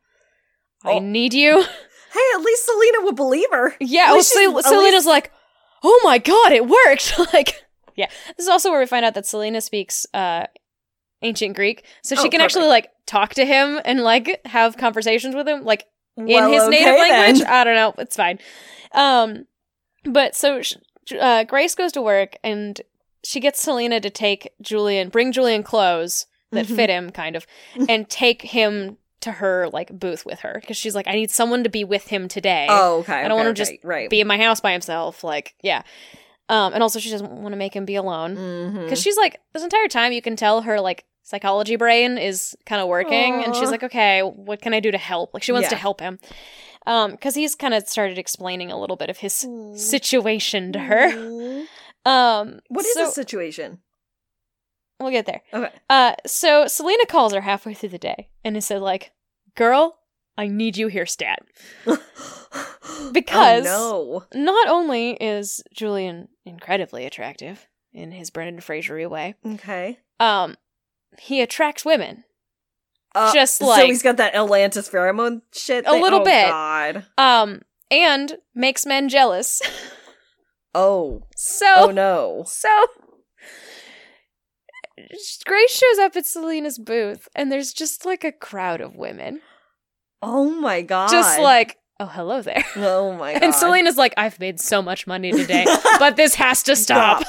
S4: I
S3: Oh.
S4: need you." [LAUGHS]
S3: Hey, at least Selena would believe her.
S4: Yeah,
S3: At
S4: well,
S3: least she's-
S4: Sel-
S3: at
S4: Selena's
S3: least-
S4: like, "Oh my god, it worked." [LAUGHS] like, yeah. This is also where we find out that Selena speaks uh ancient Greek, so she
S3: Oh,
S4: can actually like talk to him and like have conversations with him like in
S3: Well,
S4: his
S3: okay
S4: native language.
S3: then.
S4: I don't know. It's fine. Um, but so sh- uh, Grace goes to work and she gets Selena to take Julian, bring Julian clothes that
S3: Mhm.
S4: fit
S3: [LAUGHS]
S4: him, kind of, and take him to her like booth with her because she's like, I need someone to be with him today,
S3: Oh, okay.
S4: don't
S3: okay,
S4: wanna
S3: okay,
S4: just
S3: right.
S4: be in my house by himself. Like, yeah. Um, and also she doesn't want to make him be alone
S3: Mhm.
S4: because she's like this entire time you can tell her like psychology brain is kind of working and she's
S3: Aw.
S4: like okay what can i do to help like she wants to
S3: Yeah.
S4: help him um because he's kind of started explaining a little bit of his
S3: Mm.
S4: situation to her
S3: Mm.
S4: um
S3: What is
S4: so-
S3: the situation?
S4: we'll get there
S3: [LAUGHS] Okay.
S4: uh so selena calls her halfway through the day and is said like girl i need you here stat Because-
S3: oh,
S4: not only is julian incredibly attractive in his brendan frasery way
S3: no. Okay.
S4: um he attracts women Just
S3: Uh, so
S4: like-
S3: he's got that Atlantis pheromone shit.
S4: A
S3: thing?
S4: little
S3: Oh,
S4: bit.
S3: God.
S4: um and makes men jealous [LAUGHS]
S3: Oh.
S4: so
S3: Oh no.
S4: so grace shows up at selena's booth and there's just like a crowd of women
S3: Oh my God.
S4: just like oh hello there
S3: [LAUGHS] Oh my God. [LAUGHS]
S4: and selena's like i've made so much money today [LAUGHS] but this has to stop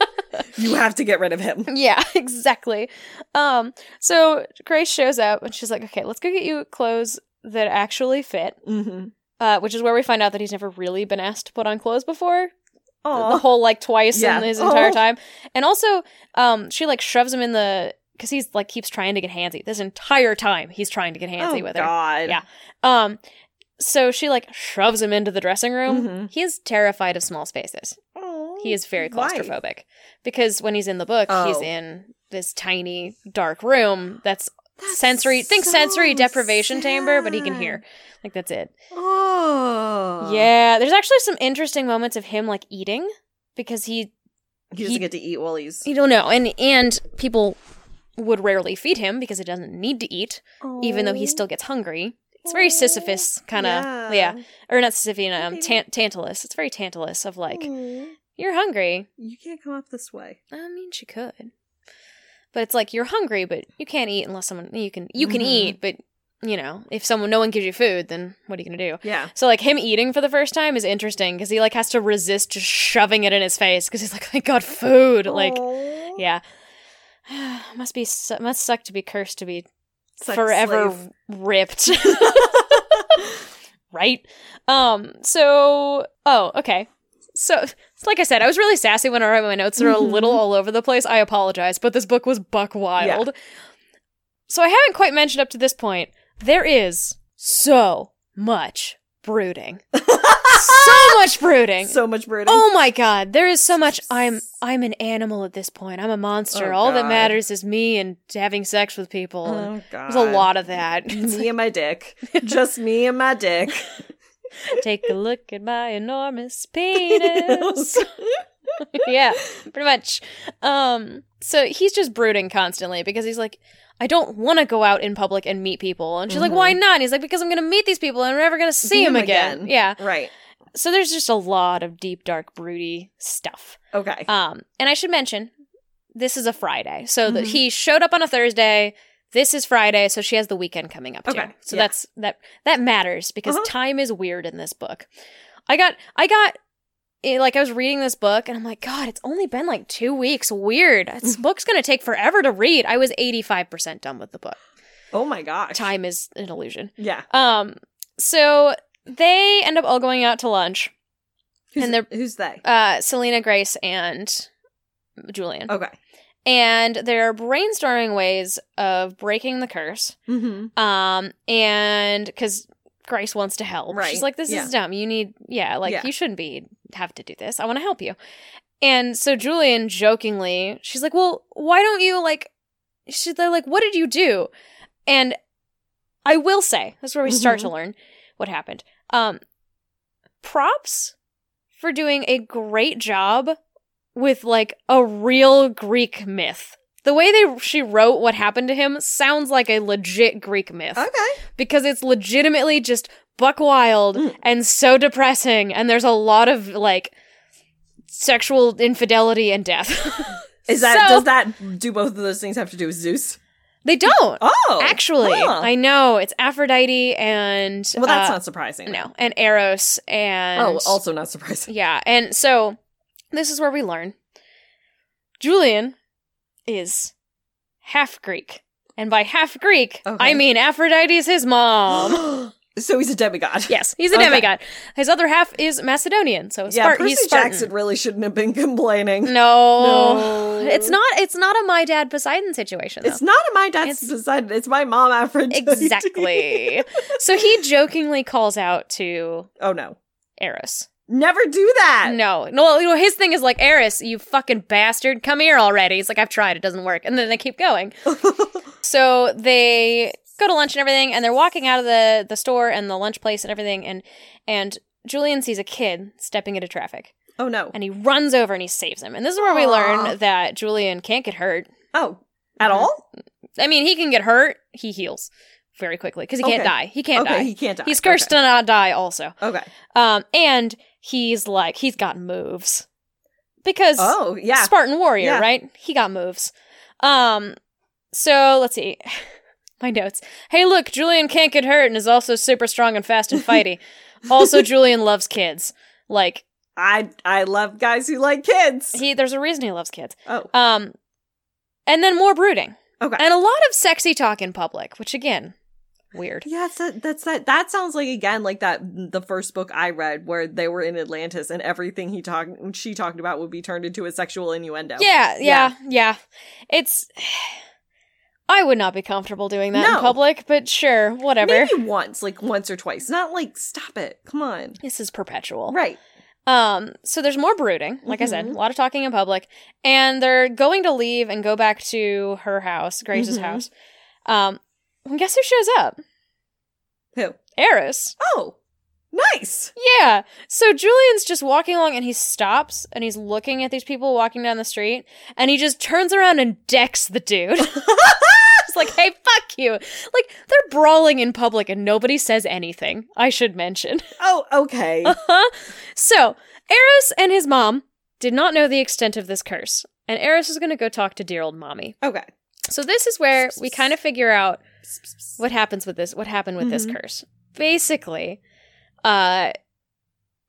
S4: [LAUGHS]
S3: you have to get rid of him. [LAUGHS]
S4: yeah [LAUGHS] exactly um so grace shows up and she's like okay let's go get you clothes that actually fit
S3: Mm-hmm.
S4: uh, which is where we find out that he's never really been asked to put on clothes before
S3: Oh.
S4: the whole like twice
S3: Yeah.
S4: in his
S3: [LAUGHS]
S4: entire
S3: Oh.
S4: time. And also, um, she like shoves him in the because he's like keeps trying to get handsy this entire time. He's trying to get
S3: oh,
S4: handsy with
S3: God.
S4: Yeah. her. Um, so she like shoves him into the dressing room.
S3: Mhm.
S4: He is terrified of small spaces.
S3: Oh,
S4: He is very
S3: why?
S4: claustrophobic because when he's in the book, he's
S3: Oh.
S4: in this tiny dark room that's
S3: That's
S4: sensory think
S3: so
S4: sensory deprivation chamber, but he can hear.
S3: sad.
S4: Like that's it.
S3: Oh.
S4: yeah, there's actually some interesting moments of him like eating because he
S3: He doesn't
S4: He-
S3: get to eat while he's.
S4: You don't know, and and people would rarely feed him because he doesn't need to eat, even
S3: Oh.
S4: though he still gets hungry. It's very Sisyphus kind of, yeah. or not Sisyphean, um, tan- Tantalus. It's very Tantalus of like
S3: Aw.
S4: you're hungry.
S3: you can't come up this way.
S4: Oh. I mean, she could, but it's like you're hungry, but you can't eat unless someone you can you can
S3: Mhm.
S4: eat, but you know if someone no one gives you food, then what are you gonna do?
S3: Yeah.
S4: So like him eating for the first time is interesting because he like has to resist just shoving it in his face because he's like, I got food, like.
S2: Oh,
S4: Yeah. [SIGHS] must be su- must suck to be cursed to be
S3: Sex
S4: forever
S3: slave. [LAUGHS]
S4: ripped. [LAUGHS] right? Um so oh, okay. So like I said, I was really sassy when I wrote my notes. They're a
S3: Mhm.
S4: little all over the place. I apologize, but this book was buck wild. So I haven't quite mentioned up to this point. There is so much brooding.
S3: [LAUGHS]
S4: so much brooding.
S3: So much burden.
S4: Oh my god, there is so much I'm I'm an animal at this point. I'm a monster.
S3: Oh,
S4: All that
S3: God. Oh
S4: matters is me and having sex with people. And
S3: God.
S4: There's a lot of that. [LAUGHS] It's
S3: Me and my
S4: [LAUGHS]
S3: dick. Just me and my dick.
S4: like, Take a look at my [LAUGHS] enormous penis. yeah, pretty much. Um so he's just brooding constantly because he's like I don't want to go out in public and meet people. And she's like,
S3: Mhm.
S4: "Why not?" And he's like, "Because I'm going to meet these people and I'm never going to see
S3: See
S4: him
S3: him
S4: again."
S3: again.
S4: Yeah.
S3: [LAUGHS] Right.
S4: So there's just a lot of deep dark broody stuff.
S3: Okay.
S4: Um, and I should mention, this is a Friday, so that
S3: Mhm.
S4: he showed up on a Thursday. This is Friday, so she has the weekend coming up too.
S3: Okay,
S4: So
S3: yeah.
S4: that's that that matters because
S3: Uh-huh.
S4: time is weird in this book. I got I got eh, like I was reading this book and I'm like, God, it's only been like two weeks. Weird. This
S3: Mm.
S4: book's gonna take forever to read. I was 85% done with the book.
S3: oh my gosh.
S4: Time is an illusion.
S3: Yeah.
S4: Um, so they end up all going out to lunch.
S3: Who's,
S4: And they're-
S3: who's they?
S4: Uh, Selena Grace and Julian.
S3: Okay.
S4: and they're brainstorming ways of breaking the curse.
S3: Mm-hmm.
S4: Um, and because Grace wants to help,
S3: Right,
S4: she's like, "This
S3: yeah.
S4: is dumb. You need, yeah, like
S3: Yeah.
S4: you shouldn't be have to do this. I want to help you." And so Julian jokingly, she's like, "Well, why don't you like she's they're like, "What did you do?" And I will say, that's where we start
S3: Mm-hmm.
S4: to learn what happened. Um, props for doing a great job with like a real Greek myth. The way they she wrote what happened to him sounds like a legit Greek myth
S3: Okay.
S4: because it's legitimately just buck wild
S3: Mm.
S4: and so depressing and there's a lot of like sexual infidelity and death. [LAUGHS]
S3: Is that
S4: So-
S3: does that do both of those things have to do with Zeus?
S4: they don't.
S3: Oh,
S4: Actually,
S3: huh.
S4: I know it's Aphrodite and
S3: well, that's
S4: uh,
S3: not surprising.
S4: no, and Eros and
S3: Oh, also not surprising.
S4: yeah, and so this is where we learn Julian is half Greek, and by half Greek
S3: Okay.
S4: I mean Aphrodite is
S3: [GASPS]
S4: his mom.
S3: so he's a demigod.
S4: Um, Yes, he's a
S3: Okay.
S4: demigod. His other half is Macedonian, so
S3: Yeah,
S4: Spart-
S3: Percy
S4: he's Spartan.
S3: Jackson really shouldn't have been [LAUGHS] complaining.
S4: No. it's not. It's not a my dad Poseidon situation. Though.
S3: It's not in my dad's
S4: It's-
S3: decided. It's my mom, [LAUGHS] Aphrodite.
S4: exactly. so he jokingly calls out to
S3: oh no,
S4: Eris.
S3: never do that.
S4: No, no. you know, His thing is like Eris, you fucking bastard, come here already. He's like, I've tried, it doesn't work, and then they keep going. so they go to lunch and everything, and they're walking out of the the store and the lunch place and everything, and and Julian sees a kid stepping into traffic.
S3: [LAUGHS] Oh no.
S4: and he runs over and he saves him. And this is where we
S3: Aw.
S4: learn that Julian can't get hurt.
S3: Oh, at
S4: Mhm.
S3: all?
S4: I mean, he can get hurt, he heals very quickly because he can't
S3: Okay.
S4: die. He can't
S3: okay,
S4: die.
S3: he can't die.
S4: He's cursed
S3: Okay.
S4: to not die, also.
S3: okay.
S4: Um, and he's like, he's got moves because
S3: Oh yeah.
S4: Spartan warrior,
S3: Yeah.
S4: right? He got moves. Um, so let's see. [LAUGHS] My notes. Hey, look, Julian can't get hurt and is also super strong and fast
S3: [LAUGHS]
S4: and fighty. also, Julian loves kids. Like
S3: I I love guys who like kids.
S4: he, there's a reason he loves kids.
S3: oh
S4: Um, and then more brooding.
S3: Okay.
S4: And a lot of sexy talk in public, which again, weird.
S3: yeah. That's that, that's that. That sounds like again like that the first book I read where they were in Atlantis and everything he talked she talked about would be turned into a sexual innuendo.
S4: Yeah, yeah, yeah, It's. [SIGHS] I would not be comfortable doing that in
S3: No.
S4: public, but sure, whatever.
S3: Maybe once, like once or twice. Not like stop it. Come on.
S4: This is perpetual.
S3: Right.
S4: Um, so there's more brooding, like I said, a lot of talking in public, and they're going to leave and go back to her house, Grace's
S3: Mhm.
S4: house. Um, and guess who shows up?
S3: Who?
S4: Eris.
S3: Oh, nice.
S4: Yeah. So Julian's just walking along and he stops and he's looking at these people walking down the street and he just turns around and decks the dude. [LAUGHS] It's like, hey, fuck you. Like, they're brawling in public and nobody says anything, I should mention.
S3: Oh,
S4: [LAUGHS]
S3: okay.
S4: Uh-huh. So, Eris and his mom did not know the extent of this curse. And Eris is going to go talk to dear old mommy.
S3: okay.
S4: So, this is where we kind of figure out what happens with this what happened with this
S3: Mhm.
S4: curse basically uh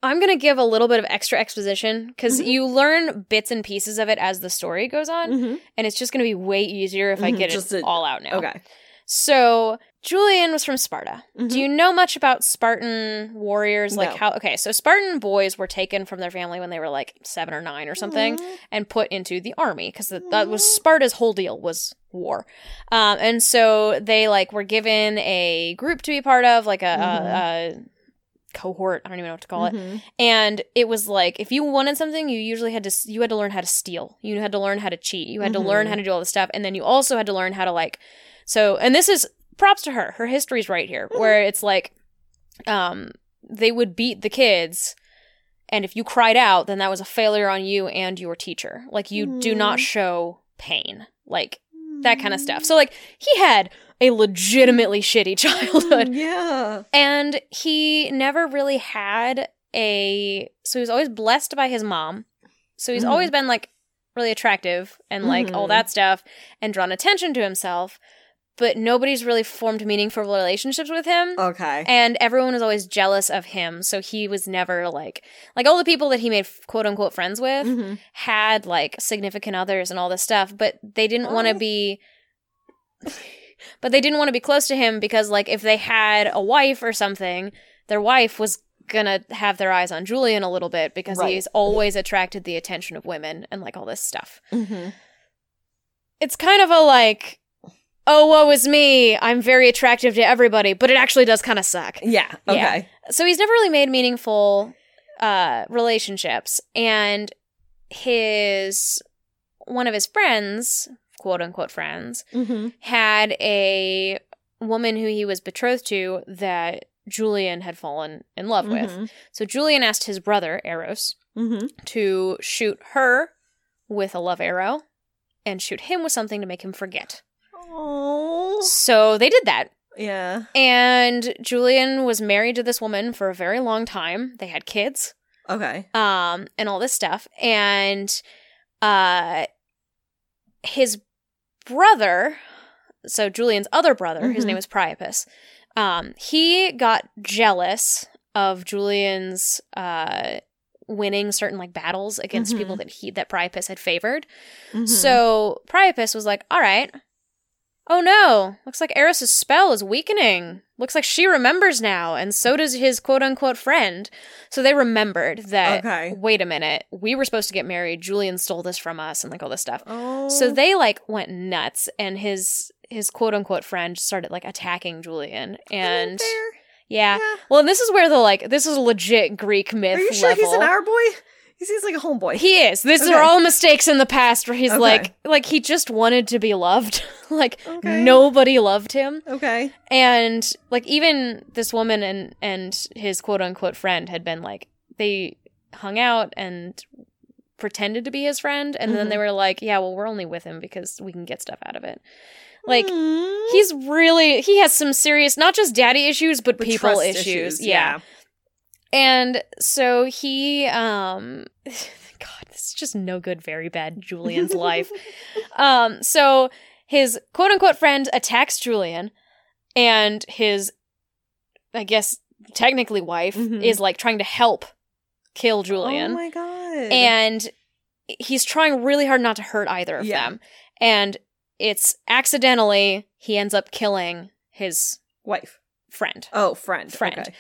S4: i'm gonna give a little bit of extra exposition because
S3: Mhm.
S4: you learn bits and pieces of it as the story goes on
S3: Mhm.
S4: and it's just gonna be way easier if i
S3: Mhm,
S4: get it
S3: just to-
S4: all out now
S3: Okay.
S4: so julian was from sparta do
S3: Mhm.
S4: you know much about spartan warriors like
S3: No.
S4: how okay so spartan boys were taken from their family when they were like seven or nine
S3: Mm-hmm.
S4: or something and put into the army because that, that was Sparta's whole deal was war, um, and so they like were given a group to be part of, like a, a, a cohort. I don't even know what to call it.
S3: Mhm.
S4: And it was like if you wanted something, you usually had to s- you had to learn how to steal, you had to learn how to cheat, you had to learn
S3: Mhm.
S4: how to do all this stuff, and then you also had to learn how to like. So, and this is props to her. Her history's right here, where it's like, um, they would beat the kids and if you cried out then that was a failure on you and your teacher like you do not
S3: Mm.
S4: show pain like
S3: Mm-hmm.
S4: that kind of stuff so like he had a legitimately shitty [LAUGHS] childhood
S3: Mm, Yeah.
S4: and he never really had a so he was always blessed by his mom so he's
S3: Mhm.
S4: always been like really attractive and like all
S3: Mhm.
S4: that stuff and drawn attention to himself but nobody's really formed meaningful relationships with him
S3: Okay.
S4: and everyone was always jealous of him so he was never like like all the people that he made quote unquote friends with
S3: Mhm.
S4: had like significant others and all this stuff but they didn't want to
S3: Oh.
S4: be [LAUGHS] but they didn't want to be close to him because like if they had a wife or something their wife was gonna have their eyes on julian a little bit because
S3: Right.
S4: he's always attracted the attention of women and like all this stuff
S3: Mhm.
S4: it's kind of a like oh woe is me i'm very attractive to everybody but it actually does kind of suck
S3: Yeah. Okay.
S4: so he's never really made meaningful uh relationships and his one of his friends quote unquote friends
S3: Mm-hmm.
S4: had a woman who he was betrothed to that Julian had fallen in love with. So Julian asked his brother, Eros,
S3: Mm-hmm.
S4: to shoot her with a love arrow and shoot him with something to make him forget.
S3: Oh.
S4: So they did that.
S3: Yeah.
S4: And Julian was married to this woman for a very long time. They had kids.
S3: Okay.
S4: um and all this stuff and uh his brother so Julian's other brother his
S3: Mhm.
S4: name was Priapus um he got jealous of Julian's uh winning certain like battles against
S3: Mhm.
S4: people that he that Priapus had favored
S3: Mhm.
S4: so Priapus was like all right oh no looks like Eris's spell is weakening looks like she remembers now and so does his quote unquote friend so they remembered that
S3: Okay.
S4: wait a minute, we were supposed to get married. Julian stole this from us and like all this stuff.
S3: Oh.
S4: So they like went nuts and his his quote unquote friend started like attacking
S3: Uh,
S4: Julian and
S3: Fair.
S4: yeah.
S3: Yeah.
S4: Well, and this is where the like this is legit Greek myth
S3: Are you sure
S4: level.
S3: he's an our boy? He seems like a homeboy.
S4: He is. These
S3: Okay.
S4: are all mistakes in the past where he's
S3: Okay.
S4: like like he just wanted to be loved. [LAUGHS] like
S3: Okay.
S4: nobody loved him.
S3: okay.
S4: And like even this woman and and his quote unquote friend had been like they hung out and pretended to be his friend and then
S3: Mhm.
S4: they were like, yeah, well we're only with him because we can get stuff out of it. Like
S3: Mm.
S4: he's really he has some serious not just daddy issues but,
S3: But
S4: people
S3: trust
S4: issues. yeah. And so he um [LAUGHS] god, this is just no good very
S3: [LAUGHS]
S4: bad Julian's life. Um, so his quote unquote friend attacks Julian, and his, I guess, technically wife
S3: Mhm.
S4: is like trying to help kill
S3: Oh
S4: Julian.
S3: my god.
S4: and he's trying really hard not to hurt either of
S3: Yeah.
S4: them. And it's accidentally he ends up killing his
S3: wife.
S4: friend.
S3: Oh, friend.
S4: Friend.
S3: Okay.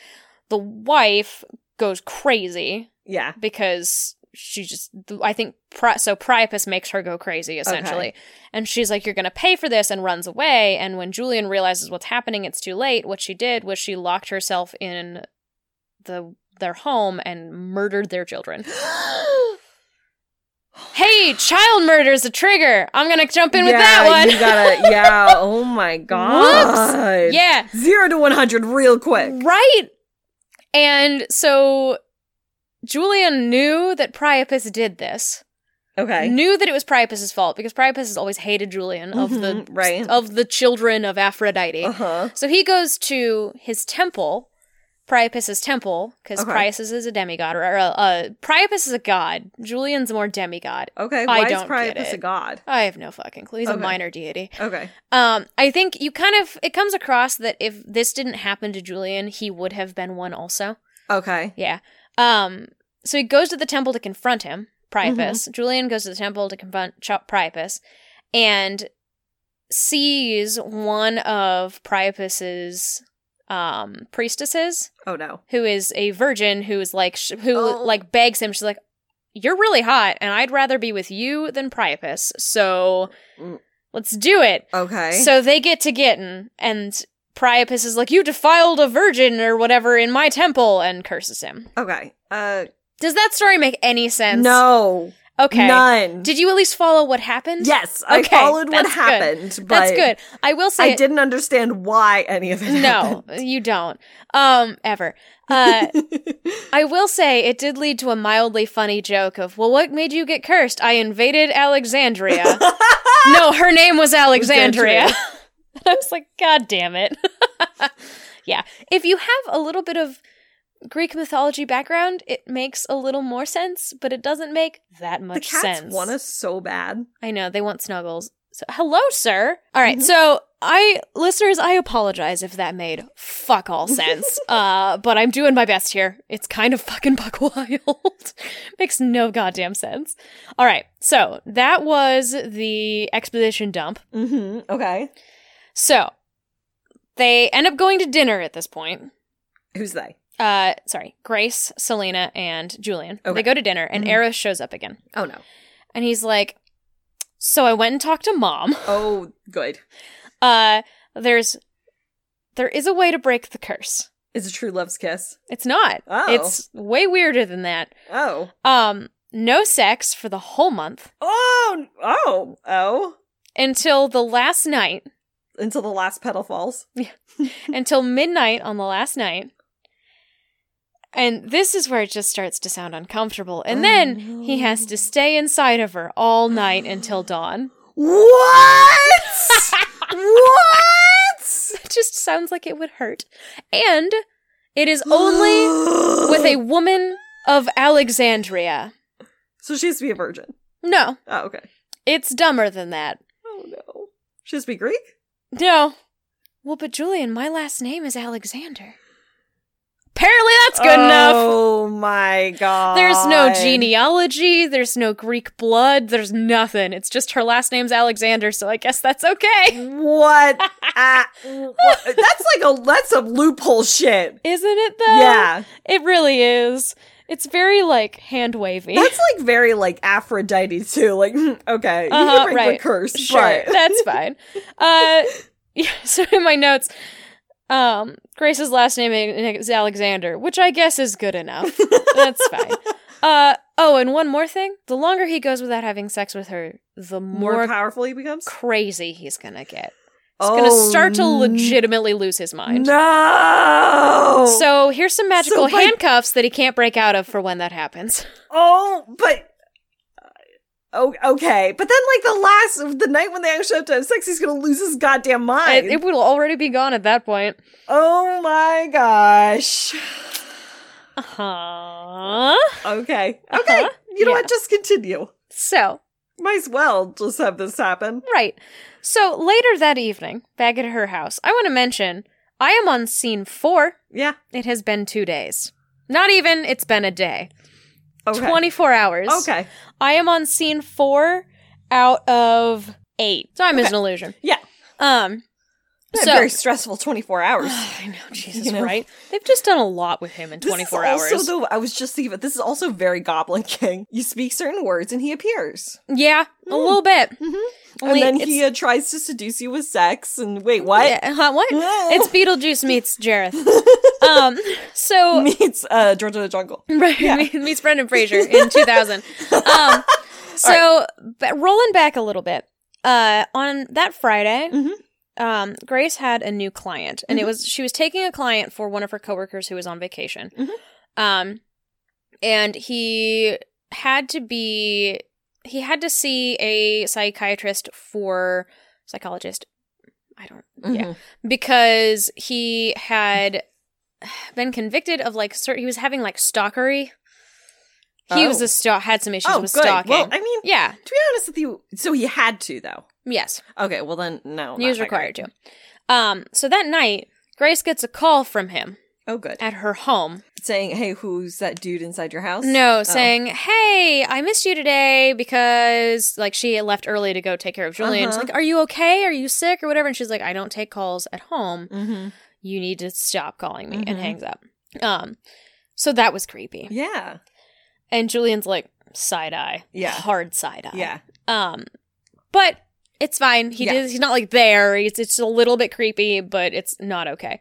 S4: The wife goes crazy [GASPS]
S3: Yeah.
S4: because she just i think Pri- so priapus makes her go crazy essentially and she's like you're gonna pay for this and runs away and when julian realizes what's happening it's too late what she did was she locked herself in the their home and murdered their children hey child murder is a trigger i'm gonna jump in with
S3: Yeah,
S4: that one
S3: You gotta.
S4: [LAUGHS]
S3: Yeah. Oh my god.
S4: yeah
S3: Zero to one hundred, real quick.
S4: right and so julian knew that priapus did this
S3: Okay.
S4: knew that it was Priapus's fault because Priapus has always hated Julian of the
S3: Mhm, right.
S4: of the children of Aphrodite.
S3: Uh huh.
S4: So he goes to his temple, Priapus's temple, because
S3: Okay.
S4: Priapus is a demigod or, or uh, Priapus is a god. Julian's more demigod.
S3: Okay.
S4: I
S3: Why
S4: don't
S3: is
S4: get
S3: Priapus
S4: it.
S3: a god?
S4: I have no fucking clue. He's a
S3: Okay.
S4: minor deity.
S3: Okay.
S4: Um, I think you kind of it comes across that if this didn't happen to Julian, he would have been one also.
S3: Okay.
S4: Yeah.
S3: Oh.
S4: Um. So he goes to the temple to confront him,
S3: Mm-hmm.
S4: Priapus. Julian goes to the temple to confront Ch- Priapus, and sees one of Priapus's um priestesses,
S3: Oh no.
S4: who is a virgin, who is like sh- who
S3: Oh.
S4: like begs him. She's like, "You're really hot, and I'd rather be with you than Priapus. So
S3: Mm.
S4: let's do it."
S3: Okay.
S4: So they get to getting, and Priapus is like, "You defiled a virgin or whatever in my temple," and curses him.
S3: okay. Uh.
S4: Does that story make any sense?
S3: No.
S4: Okay.
S3: None.
S4: Did you at least follow what happened?
S3: yes. I
S4: Okay,
S3: followed what
S4: that's good.
S3: happened, but
S4: That's good. I will say
S3: I didn't understand why any of it. [LAUGHS]
S4: No, you don't. Um ever.
S3: [LAUGHS]
S4: Uh
S3: happened.
S4: I will say it did lead to a mildly funny joke of, well, what made you get cursed? I invaded
S3: [LAUGHS]
S4: Alexandria. no, her name was Alexandria. [LAUGHS] I was like, God damn it. [LAUGHS] yeah. If you have a little bit of Greek mythology background, it makes a little more sense, but it doesn't make that
S3: the
S4: much
S3: cats
S4: sense.
S3: want us so bad.
S4: I know they want snuggles. So, hello, sir. All right, So I listeners, I apologize if that made fuck all sense. uh, but I'm doing my best here. It's kind of fucking buck [LAUGHS] wild. Makes no goddamn sense. All right. So that was the exposition dump.
S3: Mm-hmm. Okay.
S4: So they end up going to dinner at this point.
S3: Who's they?
S4: Uh, sorry, Grace, Selena, and Julian.
S3: Okay.
S4: They go to dinner, and
S3: Mhm.
S4: Eros shows up again,
S3: Oh no.
S4: and he's like, "So I went and talked to mom."
S3: Oh, good.
S4: uh there's there is a way to break the curse
S3: It's a true love's kiss.
S4: it's not
S3: Oh.
S4: it's way weirder than that
S3: Oh.
S4: um no sex for the whole month
S3: Oh. Oh. Oh.
S4: until the
S3: [LAUGHS]
S4: last night,
S3: until the last petal falls.
S4: until midnight on the last night. And this is where it just starts to sound uncomfortable. And
S3: Oh,
S4: then he
S3: no.
S4: has to stay inside of her all night
S3: [GASPS]
S4: until dawn.
S3: [LAUGHS] What? what?
S4: It just sounds like it would hurt. And it is
S3: [GASPS]
S4: only with a woman of Alexandria.
S3: So she has to be a virgin.
S4: No,
S3: Oh, okay.
S4: it's dumber than that.
S3: Oh no. She has to be Greek?
S4: No. Well, but Julian, my last name is Alexander. Apparently, that's good enough.
S3: Oh my god.
S4: There's no genealogy, there's no Greek blood, there's nothing. It's just her last name's Alexander, so I guess that's okay.
S3: What? a- what? That's like a that's some loophole shit.
S4: Isn't it though?
S3: Yeah,
S4: It really is. It's very like hand wavy.
S3: that's like very like Aphrodite too. Like, mm, okay, you can
S4: Uh-huh,
S3: break
S4: right.
S3: the curse,
S4: sure,
S3: but
S4: that's fine. Uh, [LAUGHS] yeah, so in my notes, um, Grace's last name is Alexander, which I guess is good [LAUGHS] enough. that's fine. Uh, oh, and one more thing: the longer he goes without having sex with her, the
S3: more,
S4: more,
S3: powerful he becomes.
S4: crazy he's gonna get. He's
S3: Oh,
S4: gonna start to
S3: n-
S4: legitimately lose his mind.
S3: No.
S4: So here's some magical
S3: So by-
S4: handcuffs that he can't break out of for when that happens.
S3: oh, but. Oh, okay. But then, like the last, the night when they actually have to have sex, he's gonna lose his goddamn mind.
S4: It, it will already be gone at that point.
S3: oh my gosh.
S4: Uh-huh.
S3: Okay. Okay.
S4: Uh-huh.
S3: You know
S4: Yeah.
S3: what? Just continue.
S4: So
S3: Might as well just have this happen.
S4: Right. So later that evening, back at her house, I want to mention I am on scene four.
S3: Yeah.
S4: It has been two days. Not even, it's been a day.
S3: Okay.
S4: 24 hours.
S3: Okay.
S4: I am on scene four out of eight. So I'm as an illusion.
S3: Yeah.
S4: Um,
S3: Yeah,
S4: so.
S3: very stressful 24 hours.
S4: I know, Jesus,
S3: You know.
S4: right? They've just done a lot with him in 24
S3: this is
S4: hours.
S3: Also, though, I was just thinking, this is also very Goblin King. You speak certain words and he appears.
S4: yeah, a
S3: Mm.
S4: little bit.
S3: and
S4: Only
S3: then
S4: it's-
S3: he uh, tries to seduce you with sex and wait, what?
S4: Yeah, huh, what?
S3: Whoa.
S4: It's Beetlejuice meets Jareth. um,
S3: [LAUGHS]
S4: so
S3: Meets uh, George of the Jungle.
S4: [LAUGHS] Right, me- meets Brendan
S3: [LAUGHS]
S4: Fraser in 2000. Um, so, but rolling back a little bit, uh, on that Friday,
S3: Mhm.
S4: um, Grace had a new client,
S3: Mm-hmm.
S4: and it was she was taking a client for one of her coworkers who was on vacation.
S3: Mm-hmm.
S4: Um, and he had to be he had to see a psychiatrist for psychologist. I don't yeah because he had been convicted of like cer- he was having like stalkery. He was
S3: Oh.
S4: a stalk had some issues
S3: Oh,
S4: with
S3: good.
S4: stalking.
S3: Well, I mean,
S4: yeah.
S3: to be honest with you, so he had to, though.
S4: Yes.
S3: Okay, well then, no.
S4: he
S3: not
S4: was
S3: that
S4: required
S3: great.
S4: to. Um. So that night, Grace gets a call from him
S3: Oh, good.
S4: at her home.
S3: Saying, hey, who's that dude inside your house?
S4: No,
S3: Oh.
S4: saying, "Hey, I missed you today because like she left early to go take care of Julian." It's
S3: Uh-huh.
S4: like, "Are you okay? Are you sick or whatever?" And she's like, "I don't take calls at home.
S3: Mhm.
S4: You need to stop calling me." And
S3: Mhm.
S4: hangs up. Um. So that was creepy.
S3: Yeah.
S4: And Julian's like side eye.
S3: Yeah.
S4: [SIGHS] Hard side eye.
S3: Yeah.
S4: Um but it's fine. He
S3: Yeah.
S4: does he's not like there. It's it's a little bit creepy, but it's not okay.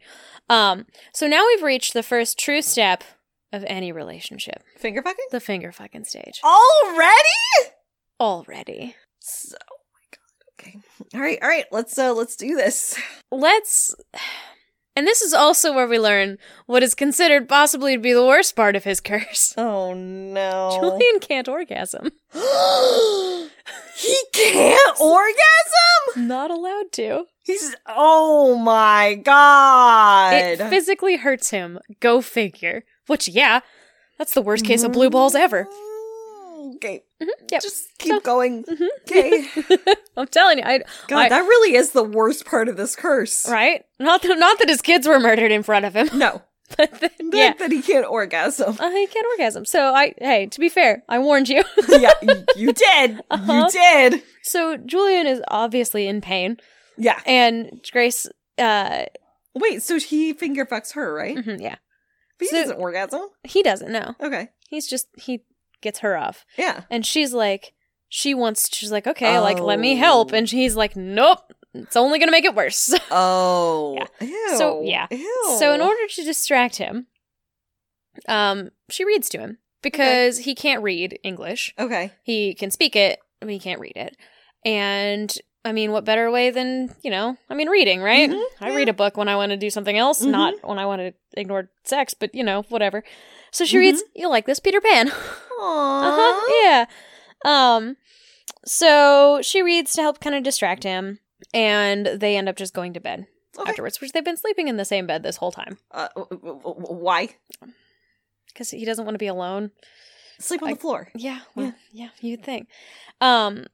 S4: Um so now we've reached the first true step of any relationship.
S3: Finger fucking?
S4: The finger fucking stage.
S3: Already?
S4: Already.
S3: So, oh my god. Okay. All right. All right. Let's uh let's do this.
S4: Let's and this is also where we learn what is considered possibly to be the worst part of his [LAUGHS] curse.
S3: Oh no.
S4: Julian can't orgasm.
S3: [GASPS] he
S4: [LAUGHS]
S3: can't orgasm?
S4: Not allowed to.
S3: He's oh my god.
S4: It physically hurts him. Go figure. Which, yeah, that's the worst case of blue balls ever.
S3: Mm,
S4: Mm-hmm,
S3: Okay.
S4: Yep. mm-hmm.
S3: Just keep going.
S4: [LAUGHS]
S3: Okay.
S4: I'm telling you, I,
S3: God,
S4: I-
S3: that really is the worst part of this curse.
S4: right? [LAUGHS] Not that, not that his kids were murdered in front of him, [LAUGHS]
S3: No.
S4: but then,
S3: That,
S4: yeah,
S3: that he can't
S4: [LAUGHS]
S3: orgasm. [LAUGHS]
S4: I can't orgasm. So I, hey, to be fair, I warned you. [LAUGHS]
S3: yeah, y- you did.
S4: Uh-huh.
S3: You did.
S4: so Julian is obviously in pain,
S3: Yeah.
S4: and Grace, uh,
S3: Wait, so he finger fucks her, right?
S4: mhm, yeah,
S3: But he
S4: So-
S3: doesn't orgasm.
S4: he doesn't know.
S3: Okay.
S4: He's just he gets her off,
S3: Yeah.
S4: [LAUGHS] and she's like, she wants, she's like, okay, like let me
S3: Oh.
S4: help, and he's like, nope, it's only gonna make it worse. [LAUGHS]
S3: Oh.
S4: Yeah.
S3: Ew.
S4: So, yeah.
S3: Ew.
S4: So in order to distract him, um, she reads to him because he can't read English.
S3: Okay.
S4: He can speak it, but he can't read it. And I mean, what better way than, you know, I mean, reading, right? I read a book when I want to do something else, not when I want to ignore sex, but, you know, whatever. So she reads, you like this, Peter Pan. [LAUGHS] uh-huh, yeah. Um, so she reads to help kind of distract him, and they end up just going to bed
S3: Okay.
S4: afterwards, which they've been sleeping in the same bed this whole time
S3: Uh, w- w- w- why?
S4: because he doesn't want to be alone.
S3: Sleep on
S4: I-
S3: the floor.
S4: Yeah, well, yeah, you'd think. Um,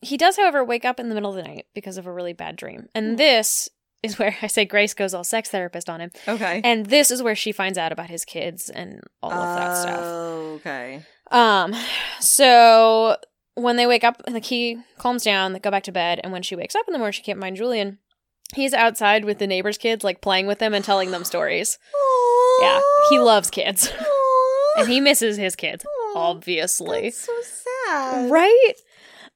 S4: he does, however, wake up in the middle of the night because of a really bad dream, and this is where [LAUGHS] I say Grace goes all sex therapist on him,
S3: Okay.
S4: and this is where she finds out about his kids and all of that
S3: Uh.
S4: stuff.
S3: Okay.
S4: Um, so when they wake up, like he calms down, they go back to bed, and when she wakes up in the morning, she can't find Julian. He's outside with the neighbors' kids, like playing with them and telling them stories. Yeah, he loves kids, [LAUGHS] and he misses his kids, obviously.
S3: That's so sad.
S4: right?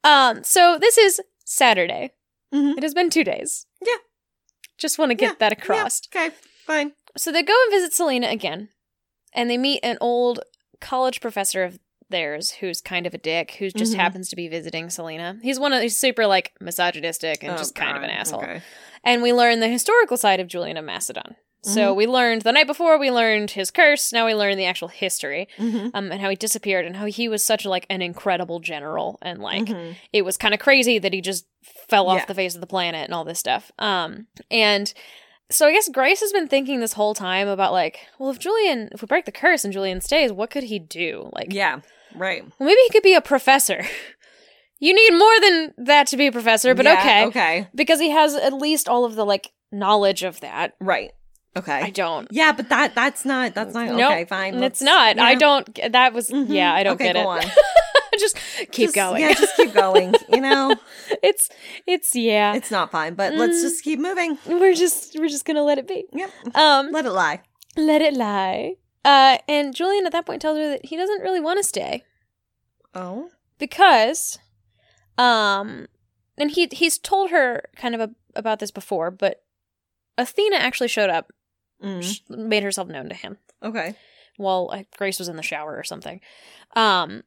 S4: Um, so this is Saturday.
S3: Mhm.
S4: It has been two days.
S3: Yeah.
S4: Just want to get
S3: Yeah,
S4: that
S3: yeah,
S4: across.
S3: okay. Fine.
S4: So they go and visit Selena again, and they meet an old college professor of theirs who's kind of a dick who just
S3: Mhm.
S4: happens to be visiting Selena. He's one of he's super like misogynistic and
S3: Oh,
S4: just kind of an
S3: God.
S4: asshole.
S3: Okay.
S4: And we learn the historical side of Julian of Macedon. So
S3: Mm-hmm.
S4: we learned the night before we learned his curse, now we learn the actual history
S3: Mhm.
S4: um and how he disappeared and how he was such like an incredible general and like
S3: Mhm.
S4: it was kind of crazy that he just fell off
S3: Yeah.
S4: the face of the planet and all this stuff. Um, and so I guess Grace has been thinking this whole time about like, well, if Julian, if we break the curse and Julian stays, what could he do? Like,
S3: Yeah. Right.
S4: well, maybe he could be a professor. [LAUGHS] you need more than that to be a professor, but
S3: Yeah,
S4: okay,
S3: Okay.
S4: because he has at least all of the like knowledge of that.
S3: Right. Okay.
S4: I don't.
S3: yeah, but that that's not that's not
S4: Nope.
S3: okay. Fine.
S4: And
S3: let's-
S4: it's not. I
S3: yeah.
S4: don't. That was.
S3: Mhm.
S4: Yeah, I don't
S3: Okay,
S4: get
S3: go
S4: it.
S3: on.
S4: [LAUGHS] just keep
S3: Just-
S4: going.
S3: Yeah, just keep going. You know,
S4: [LAUGHS] it's. It's. Yeah.
S3: it's not fine, but let's
S4: Mm.
S3: just keep moving.
S4: we're just. We're just gonna let it be.
S3: Yep.
S4: Um.
S3: Let it lie.
S4: Let it lie. Uh, and Julian at that point tells her that he doesn't really want to stay
S3: Oh.
S4: because, um, and he he's told her kind of a, about this before, but Athena actually showed up,
S3: Mm.
S4: sh made herself known to him
S3: Okay.
S4: while uh, Grace was in the shower or something, um,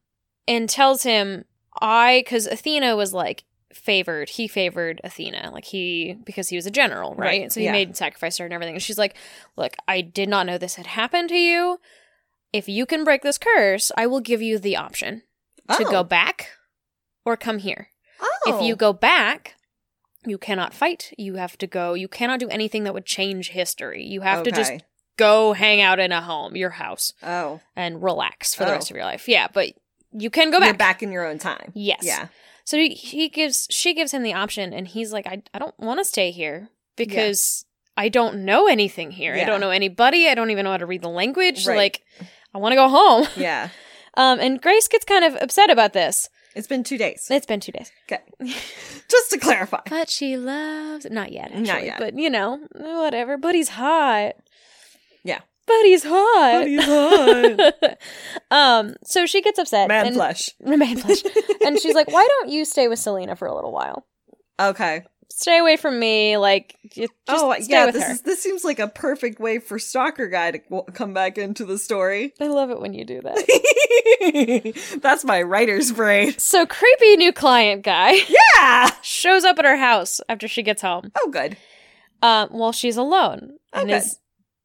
S4: and tells him I because Athena was like favored he favored athena like he because he was a general right,
S3: Right,
S4: so he
S3: yeah.
S4: made sacrifice her and everything and she's like look i did not know this had happened to you if you can break this curse i will give you the option to
S3: Oh.
S4: go back or come here
S3: Oh.
S4: if you go back you cannot fight you have to go you cannot do anything that would change history you have to just
S3: Okay.
S4: go hang out in a home your house
S3: oh
S4: and relax for the
S3: Oh.
S4: rest of your life yeah but you can go
S3: You're
S4: back
S3: back in your own time.
S4: yes
S3: Yeah.
S4: so he, he gives she gives him the option and he's like I I don't want to stay here because I don't know anything here. I
S3: Yeah.
S4: don't know anybody. I don't even know how to read the language.
S3: Right.
S4: Like I want to go home. [LAUGHS]
S3: Yeah.
S4: Um and Grace gets kind of upset about this.
S3: It's been two days.
S4: It's been 2 days.
S3: Okay. [LAUGHS] just to clarify.
S4: But she loves not yet actually,
S3: Not yet.
S4: but you know, whatever. But he's hot. [LAUGHS]
S3: Yeah.
S4: But he's hot.
S3: Man [LAUGHS]
S4: um so she gets upset and
S3: flesh.
S4: [LAUGHS] man flesh. and she's like, "Why don't you stay with Selena for a little while?"
S3: Okay.
S4: stay away from me. Like, j- [LAUGHS] just
S3: oh
S4: stay
S3: yeah.
S4: with
S3: This
S4: her.
S3: is, this seems like a perfect way for stalker guy to w- come back into the story. [LAUGHS]
S4: I love it when you do that.
S3: That's my writer's
S4: [LAUGHS]
S3: brain.
S4: so creepy new client guy [LAUGHS]
S3: Yeah.
S4: shows up at her house after she gets home.
S3: Oh, good.
S4: Um, while she's alone and
S3: Okay.
S4: is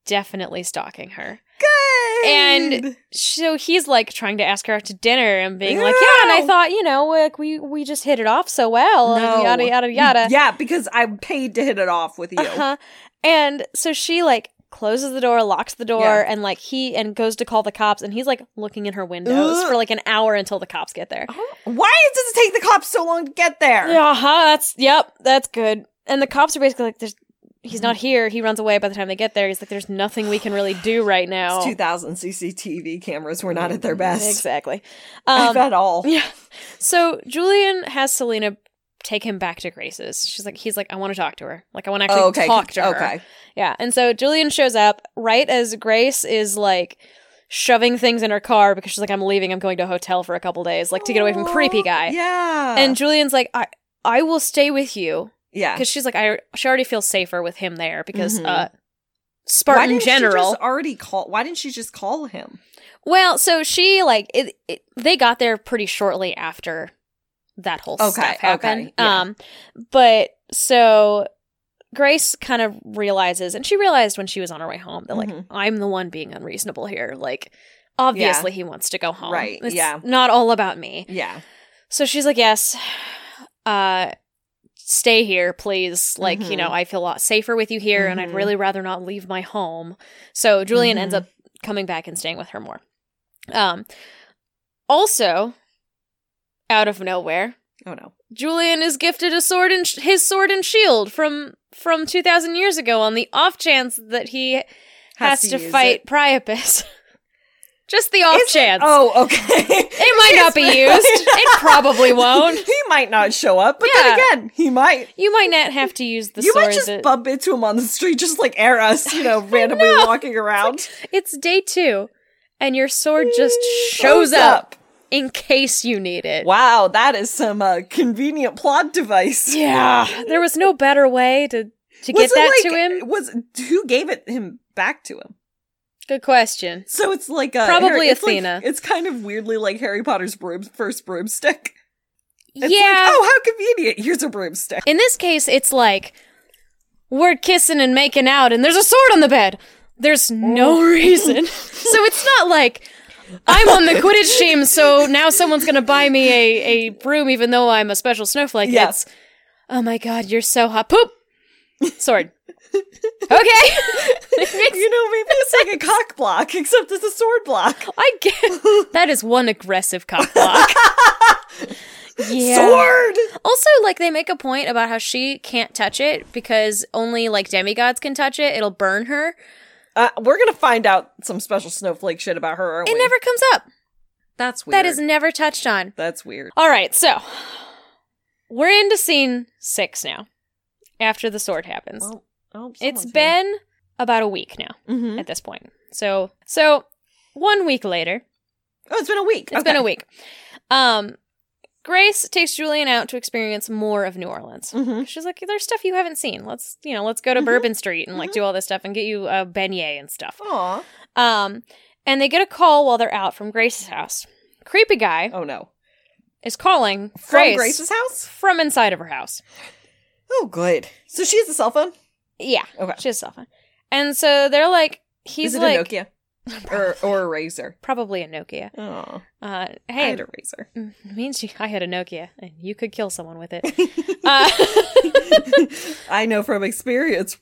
S4: definitely stalking her.
S3: Good.
S4: And So he's like trying to ask her out to dinner and being like, "Yeah." And I
S3: No.
S4: thought, you know, like we we just hit it off so well, and
S3: No.
S4: yada yada yada.
S3: Yeah, because I'm paid to hit it off with you.
S4: Uh-huh. And so she like closes the door, locks the door,
S3: Yeah.
S4: and like he and goes to call the cops, and he's like looking in her windows
S3: Ugh.
S4: for like an hour until the cops get there.
S3: Why does it take the cops so long to get there?
S4: Yeah, uh-huh, that's yep, that's good. And the cops are basically like, "There's, he's not
S3: Mm-hmm.
S4: here. He runs away by the time they get there. He's like, there's nothing we can really do right now.
S3: [SIGHS] It's 2000 CCTV cameras were not at their [LAUGHS] best,
S4: Exactly.
S3: if
S4: [LAUGHS] Mm-hmm. Um,
S3: at all.
S4: yeah. So Julian has Selena take him back to Grace's. She's like, he's like, I want to talk to her. Like, I want to actually
S3: Oh, okay,
S4: talk to her.
S3: okay.
S4: Yeah. And so Julian shows up right as Grace is like shoving things in her car because she's like, I'm leaving. I'm going to a hotel for a couple days, like to get away from creepy guy.
S3: Yeah,
S4: And Julian's like, I, I will stay with you.
S3: yeah,
S4: because she's like I she already feels safer with him there because
S3: Mhm.
S4: uh
S3: why
S4: Spartan
S3: didn't she
S4: general.
S3: just already call? Why didn't she just call him?
S4: well, so she like it, it, they got there pretty shortly after that whole
S3: Okay,
S4: stuff happen.
S3: okay, yeah.
S4: Um, but so Grace kind of realizes, and she realized when she was on her way home that like
S3: Mhm.
S4: I'm the one being unreasonable here. Like obviously he wants to go home.
S3: Right,
S4: It's
S3: yeah.
S4: Not all about me.
S3: Yeah.
S4: So she's like, yes, uh, stay here, please. Like, you
S3: Mm-hmm.
S4: know, I feel a lot safer with you here, and I'd
S3: Mhm.
S4: really rather not leave my home. So Julian
S3: Mhm.
S4: ends up coming back and staying with her more. Um, also, out of nowhere,
S3: Oh no.
S4: Julian is gifted a sword and sh- his sword and shield from from two thousand years ago on the off chance that he has, to,
S3: use
S4: fight
S3: it.
S4: Priapus. [LAUGHS] Just the off
S3: Is it-
S4: chance.
S3: Oh, okay.
S4: It
S3: [LAUGHS]
S4: might not be used. It probably won't.
S3: He might not show up, but then
S4: Yeah.
S3: again, he might.
S4: You might not have to use the
S3: you
S4: sword.
S3: might just
S4: that-
S3: bump into him on the street, just like Eris, you
S4: [LAUGHS]
S3: know, randomly walking around.
S4: it's day two, and your sword just [LAUGHS] shows up, in case you need it.
S3: Wow, that is some uh, convenient plot device.
S4: Yeah, there was no better way to to get
S3: it,
S4: that
S3: like-
S4: to him.
S3: Was who gave it him back to him?
S4: Good question.
S3: So it's like uh,
S4: Probably
S3: Harry- it's like-
S4: Athena.
S3: it's kind of weirdly like Harry Potter's broom, first broomstick. [LAUGHS] It's
S4: yeah.
S3: like, oh, how convenient! Here's a broomstick.
S4: in this case, it's like we're kissing and making out, and there's a sword on the bed. There's
S3: Oh. [LAUGHS]
S4: no reason. so it's not like. I'm on the
S3: [LAUGHS]
S4: Quidditch team, so now someone's gonna buy me a, a broom, even though I'm a special snowflake.
S3: Yeah.
S4: It's Oh my god, you're so hot. Poop!
S3: [LAUGHS]
S4: Sword. [LAUGHS] Okay.
S3: You know, maybe it's
S4: [LAUGHS]
S3: like a cock block, except it's a sword block.
S4: I
S3: [LAUGHS]
S4: get that is one aggressive cock block. yeah.
S3: Sword.
S4: Also, like they make a point about how she can't touch it because only like demigods can touch it. It'll burn her.
S3: Uh, we're gonna find out some special snowflake shit about her. Aren't
S4: It
S3: we?
S4: never comes up.
S3: That's weird.
S4: That is never touched on.
S3: That's weird.
S4: All right, so we're into scene six now. After the sword happens,
S3: Oh,
S4: it's been about a week now
S3: Mhm.
S4: at this point. So, so one week later,
S3: Oh, it's been a week.
S4: It's been a week. Um, Grace takes Julian out to experience more of New Orleans.
S3: Mhm.
S4: She's like, "There's stuff you haven't seen. Let's, you know, let's go to
S3: Mm-hmm.
S4: Bourbon Street and like do all this stuff and get you a beignet and stuff."
S3: Aw.
S4: Um, and they get a call while they're out from Grace's house. Creepy guy
S3: Oh no.
S4: is calling
S3: From
S4: Grace
S3: Grace's house.
S4: from inside of her house.
S3: Oh, good. So she has a cell phone.
S4: Yeah,
S3: Okay.
S4: she has a cell phone, and so they're like, "He's
S3: Is it
S4: like
S3: a [LAUGHS] Nokia or or a razor?
S4: probably a Nokia."
S3: Oh,
S4: Uh,
S3: I
S4: hey,
S3: had a razor.
S4: Mm, means you, I had a Nokia, and you could kill someone with it. [LAUGHS] uh,
S3: [LAUGHS] I know from experience.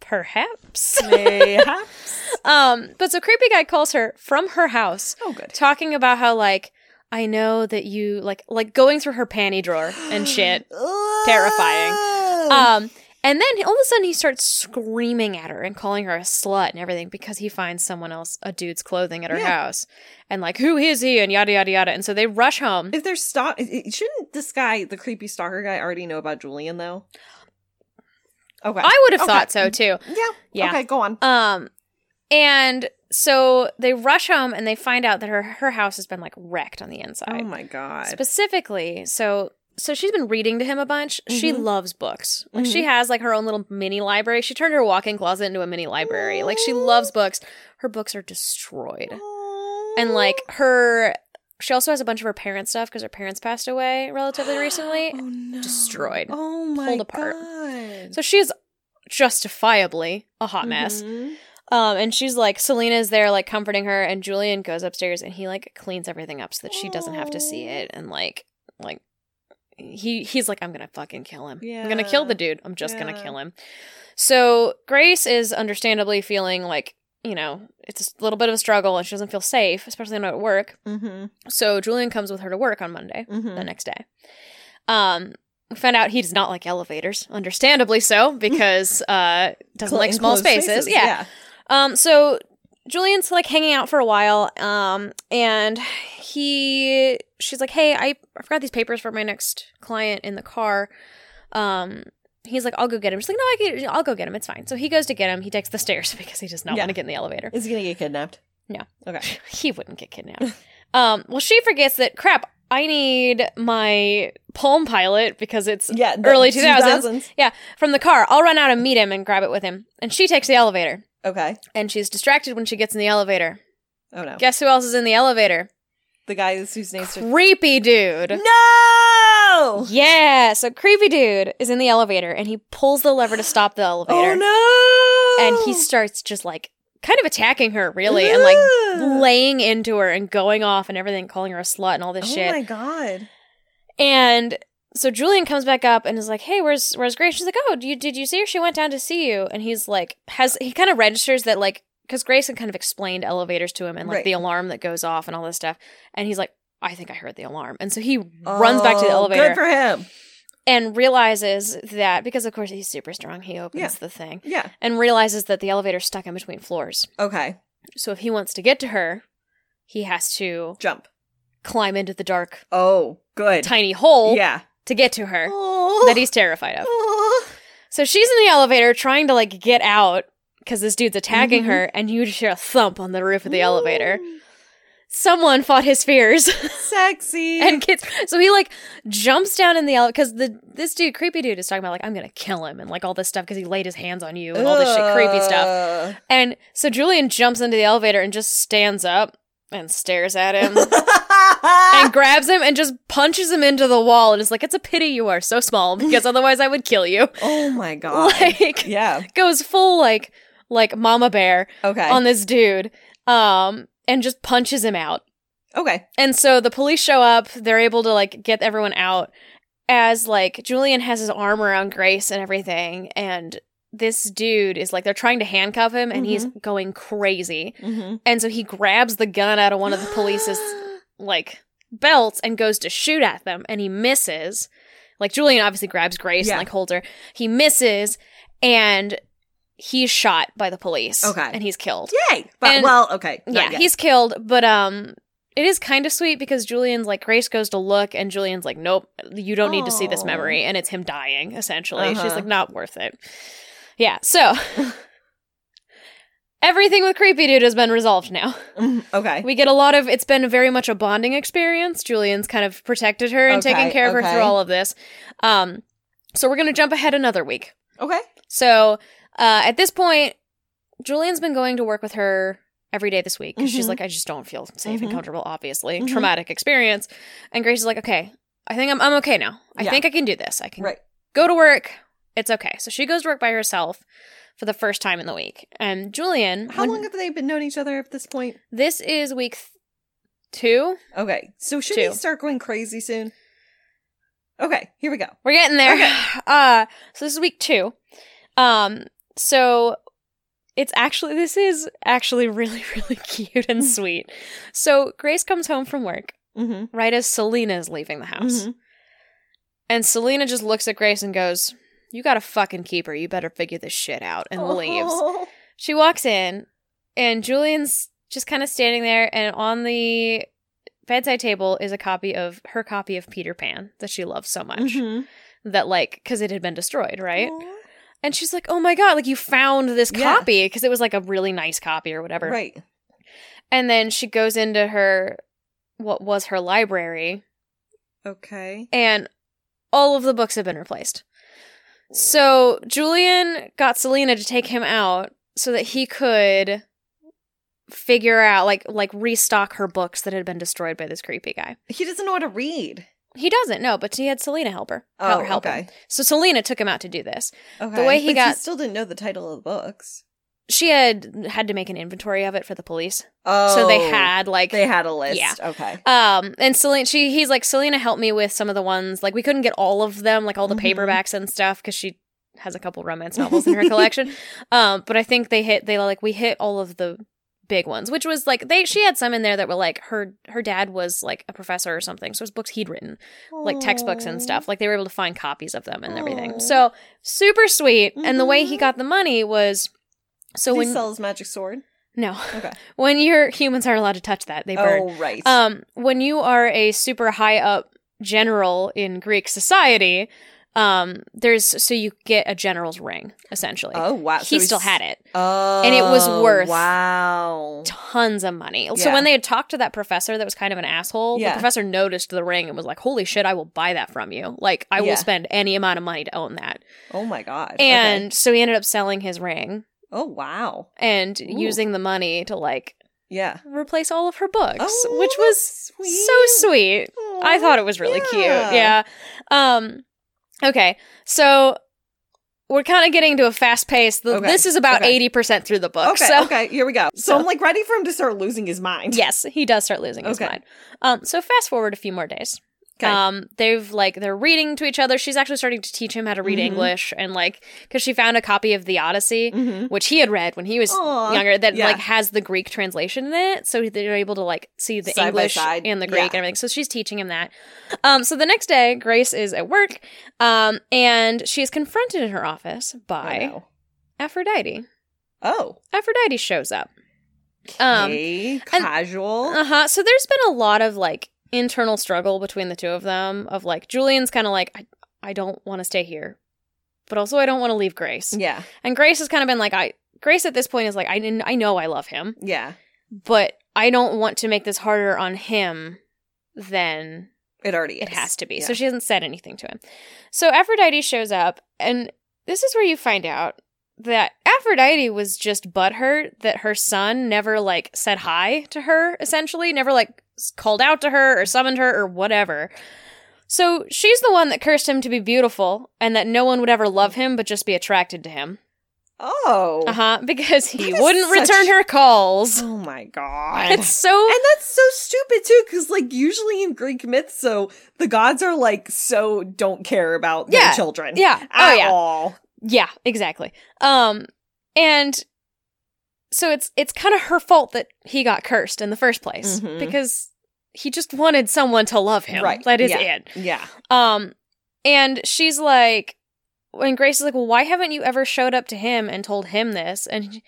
S4: perhaps.
S3: [LAUGHS] Mayhaps.
S4: Um, but so creepy guy calls her from her house,
S3: Oh, good.
S4: talking about how like I know that you like like going through her panty drawer
S3: [GASPS]
S4: and shit. Terrifying.
S3: Uh, Oh.
S4: Um, and then all of a sudden he starts screaming at her and calling her a slut and everything because he finds someone else, a dude's clothing at her
S3: Yeah.
S4: house, and like who is he and yada yada yada. And so they rush home.
S3: If there's stalk, it- it- shouldn't this guy, the creepy stalker guy, already know about Julian though? Okay.
S4: I would have
S3: Okay.
S4: thought so too.
S3: yeah.
S4: Yeah.
S3: Okay, go on.
S4: Um, and so they rush home and they find out that her her house has been like wrecked on the inside.
S3: Oh my god.
S4: specifically so so she's been reading to him a bunch she
S3: Mhm.
S4: loves books like
S3: Mm-hmm.
S4: she has like her own little mini library she turned her walk-in closet into a mini library like she loves books her books are destroyed
S3: Oh.
S4: and like her she also has a bunch of her parents stuff because her parents passed away relatively recently
S3: [GASPS] Oh, no.
S4: destroyed,
S3: Oh my
S4: pulled apart.
S3: god.
S4: so she is justifiably a hot mess
S3: Mhm.
S4: um and she's like selena's there like comforting her and julian goes upstairs and he like cleans everything up so that she doesn't have to see
S3: Aw.
S4: it and like like he he's like i'm gonna fucking kill him i'm gonna kill
S3: Yeah.
S4: the dude i'm just gonna
S3: Yeah.
S4: kill him so grace is understandably feeling like you know it's a little bit of a struggle and she doesn't feel safe especially not at work
S3: Mhm.
S4: so julian comes with her to work on monday the
S3: Mhm.
S4: next day um we found out he does not like elevators
S3: [LAUGHS]
S4: understandably so because uh doesn't like small
S3: Enclosed
S4: spaces, yeah. Um, so Julian's like hanging out for a while, um, and he she's like, Hey, I, I forgot these papers for my next client in the car. Um he's like, I'll go get him. She's like, No, I can I'll go get him, it's fine. So he goes to get him, he takes the stairs [LAUGHS] because he does not
S3: Yeah.
S4: want to get in the elevator.
S3: Is he gonna get kidnapped?
S4: No.
S3: [LAUGHS] Okay.
S4: he wouldn't get kidnapped. [LAUGHS] um well she forgets that crap, I need my Palm Pilot because it's
S3: Yeah. the
S4: Early 2000s.
S3: 2000s.
S4: yeah, from the car. I'll run out and meet him and grab it with him. And she takes the elevator.
S3: Okay.
S4: And she's distracted when she gets in the elevator.
S3: Oh no.
S4: Guess who else is in the elevator?
S3: the guy whose name's
S4: Creepy dude.
S3: No. no!
S4: Yeah, so creepy dude is in the elevator and he pulls the lever to stop the elevator.
S3: Oh no!
S4: And he starts just like kind of attacking her really and like
S3: Ugh.
S4: laying into her and going off and everything, calling her a slut and all this
S3: Oh
S4: shit.
S3: my god!
S4: And so Julian comes back up and is like, "Hey, where's where's Grace?" She's like, "Oh, do you, did you see her? She went down to see you." And he's like, has he kind of registers that like because Grace had kind of explained elevators to him and like
S3: Right.
S4: the alarm that goes off and all this stuff, and he's like, "I think I heard the alarm," and so he runs back to the
S3: Oh,
S4: elevator
S3: Good for him.
S4: and realizes that because of course he's super strong, he opens
S3: Yeah.
S4: the thing
S3: Yeah.
S4: and realizes that the elevator's stuck in between floors.
S3: Okay.
S4: So if he wants to get to her, he has to
S3: Jump.
S4: climb into the dark
S3: Oh, good.
S4: tiny hole
S3: Yeah.
S4: to get to her
S3: Oh.
S4: that he's terrified of.
S3: Oh.
S4: So she's in the elevator trying to like get out because this dude's attacking her, and you just hear a thump on the roof of the elevator. Someone fought his fears [LAUGHS]
S3: Sexy.
S4: and gets so he like jumps down in the elevator because the this dude, creepy dude, is talking about like I'm gonna kill him and like all this stuff because he laid his hands on you and all this shit, creepy stuff.
S3: [LAUGHS]
S4: And so Julian jumps into the elevator and just stands up and stares
S3: [LAUGHS]
S4: at him. [LAUGHS] And grabs him and just punches him into the wall and is like, It's a pity you are so small because otherwise I would kill you.
S3: oh my god.
S4: [LAUGHS] Like,
S3: yeah.
S4: goes full like like mama bear
S3: Okay.
S4: on this dude um and just punches him out
S3: okay.
S4: and so the police show up they're able to like get everyone out as like julian has his arm around grace and everything and this dude is like they're trying to handcuff him and he's going crazy
S3: Mm-hmm.
S4: and so he grabs the gun out of one of the police's like belts and goes to shoot at them and he misses. Like Julian obviously grabs Grace
S3: Yeah.
S4: and like holds her. He misses and he's shot by the police.
S3: [GASPS] Okay.
S4: And he's killed.
S3: Yay. But
S4: And-
S3: well, okay. Not
S4: Yeah,
S3: yet.
S4: he's killed, but um it is kind of sweet because Julian's like Grace goes to look and Julian's like nope, you don't need to see this
S3: Aw.
S4: memory and it's him dying essentially. She's
S3: Uh-huh.
S4: like not worth it. Yeah. So [LAUGHS] everything with creepy dude has been resolved now.
S3: Mhm. [LAUGHS] okay.
S4: We get a lot of it's been very much a bonding experience. Julian's kind of protected her and
S3: Okay,
S4: taken care of her
S3: okay.
S4: through all of this. Um so we're going to jump ahead another week.
S3: okay.
S4: So uh at this point Julian's been going to work with her every day this week 'cause she's
S3: Mhm.
S4: like I just don't feel safe and
S3: Mhm.
S4: comfortable obviously.
S3: Mhm.
S4: Traumatic experience. And Grace is like okay, I think I'm I'm okay now. I
S3: Yeah.
S4: think I can do this. I can
S3: Right.
S4: go to work. It's okay. So she goes to work by herself for the first time in the week. And Julian
S3: How
S4: when-
S3: long have they been knowing each other at this point?
S4: This is week th- 2.
S3: Okay. So should
S4: Two.
S3: he start going crazy soon? Okay. Here we go.
S4: We're getting there. [LAUGHS] Uh so this is week 2. Um so it's actually this is actually really [LAUGHS] really cute and
S3: Mm.
S4: sweet. So Grace comes home from work
S3: Mm-hmm.
S4: right as Selena is leaving the house.
S3: Mhm.
S4: And Selena just looks at Grace and goes, "You got to fucking keep her. You better figure this shit out." And
S3: [LAUGHS]
S4: leaves.
S3: Oh.
S4: She walks in and Julian's just kind of standing there and on the bedside table is a copy of her copy of Peter Pan that she loves so much.
S3: Mhm.
S4: that like because it had been destroyed right
S3: Aw.
S4: and she's like oh my god like you found this
S3: Yeah.
S4: copy because it was like a really nice copy or whatever
S3: Right.
S4: and then she goes into her what was her library
S3: Okay.
S4: and all of the books have been replaced so julian got selena to take him out so that he could figure out like like restock her books that had been destroyed by this creepy guy
S3: He doesn't know how to read.
S4: he doesn't know but he had selena help her
S3: Oh,
S4: help, help
S3: okay.
S4: him so selena took him out to do this
S3: Okay.
S4: way he
S3: But
S4: got-
S3: still didn't know the title of the books.
S4: she had had to make an inventory of it for the police.
S3: Oh,
S4: so they had like
S3: they had a list.
S4: Yeah.
S3: Okay.
S4: um and Selena she he's like Selena helped me with some of the ones like we couldn't get all of them like all the
S3: Mhm.
S4: paperbacks and stuff cuz she has a couple romance novels in her
S3: [LAUGHS]
S4: collection. Um but I think they hit they like we hit all of the big ones which was like they she had some in there that were like her her dad was like a professor or something so it was books he'd written like textbooks and
S3: Aw.
S4: stuff. Like they were able to find copies of them and everything.
S3: Aw.
S4: So super sweet. And the way he
S3: Mhm.
S4: got the money was so
S3: Did
S4: when
S3: he sell his magic sword?
S4: No.
S3: Okay.
S4: [LAUGHS] When you're humans aren't allowed to touch that, they burn.
S3: Oh, right.
S4: Um, when you are a super high up general in Greek society, um, there's so you get a general's ring essentially.
S3: oh, wow.
S4: he still had it,
S3: Oh,
S4: it was worth-
S3: Wow.
S4: tons of money. So
S3: Yeah.
S4: when they had talked to that professor, that was kind of an asshole.
S3: Yeah.
S4: The professor noticed the ring and was like, "Holy shit, I will buy that from you. Like, I
S3: Yeah.
S4: will spend any amount of money to own that."
S3: Oh my god. Okay.
S4: And so he ended up selling his ring
S3: oh wow.
S4: and
S3: Ooh.
S4: using the money to like
S3: Yeah.
S4: replace all of her books,
S3: Oh,
S4: which was
S3: that's sweet.
S4: so sweet. I thought it was really
S3: yeah.
S4: cute. Yeah. Um okay. So we're kind of getting into a fast pace. The,
S3: Okay,
S4: This is about
S3: okay.
S4: 80% through the book.
S3: Okay,
S4: so
S3: okay, here we go. So, I'm like ready for him to start losing his mind.
S4: [LAUGHS] yes, he does start losing his
S3: Okay.
S4: mind. Um so fast forward a few more days.
S3: 'Kay.
S4: Um they've like they're reading to each other. [LAUGHS] She's actually starting to teach him how to read
S3: Mhm.
S4: English and like cuz she found a copy of the Odyssey
S3: Mhm.
S4: which he had read when he was
S3: Aw,
S4: younger that
S3: Uh-huh. yeah.
S4: like has the Greek translation in it, so they're able to like see the
S3: Side by
S4: English
S3: side,
S4: and the Greek
S3: yeah.
S4: and everything. So she's teaching him that. Um, so the next day, Grace is at work, um, and she is confronted in her office
S3: I
S4: by
S3: know.
S4: Aphrodite.
S3: Oh,
S4: Aphrodite shows up. Um,
S3: okay, casual.
S4: uh huh. So there's been a lot of like internal struggle between the two of them. Of like Julian's kind of like I, I don't want to stay here, but also I don't want to leave Grace.
S3: yeah,
S4: And Grace has kind of been like I. Grace at this point is like I didn't. I know I love him.
S3: yeah.
S4: but I don't want to make this harder on him than
S3: It already
S4: it
S3: is.
S4: has to be.
S3: Yeah.
S4: So she hasn't said anything to him. So Aphrodite shows up, and this is where you find out that Aphrodite was just butthurt that her son never like said hi to her, essentially, never like s- called out to her or summoned her or whatever. So she's the one that cursed him to be beautiful and that no one would ever love him but just be attracted to him.
S3: Oh,
S4: Uh huh. [LAUGHS] Because he
S3: That is
S4: wouldn't
S3: such-
S4: return her calls.
S3: oh my god.
S4: It's so
S3: and that's so stupid too, because like usually in Greek myths, so the gods are like so don't care about
S4: Yeah,
S3: their children.
S4: Yeah.
S3: At
S4: oh yeah.
S3: all.
S4: Yeah, exactly. Um and so it's it's kind of her fault that he got cursed in the first place
S3: Mhm.
S4: because he just wanted someone to love him.
S3: Right,
S4: That is
S3: yeah.
S4: it.
S3: Yeah.
S4: Um and she's like and Grace is like, "Well, why haven't you ever showed up to him and told him this?" And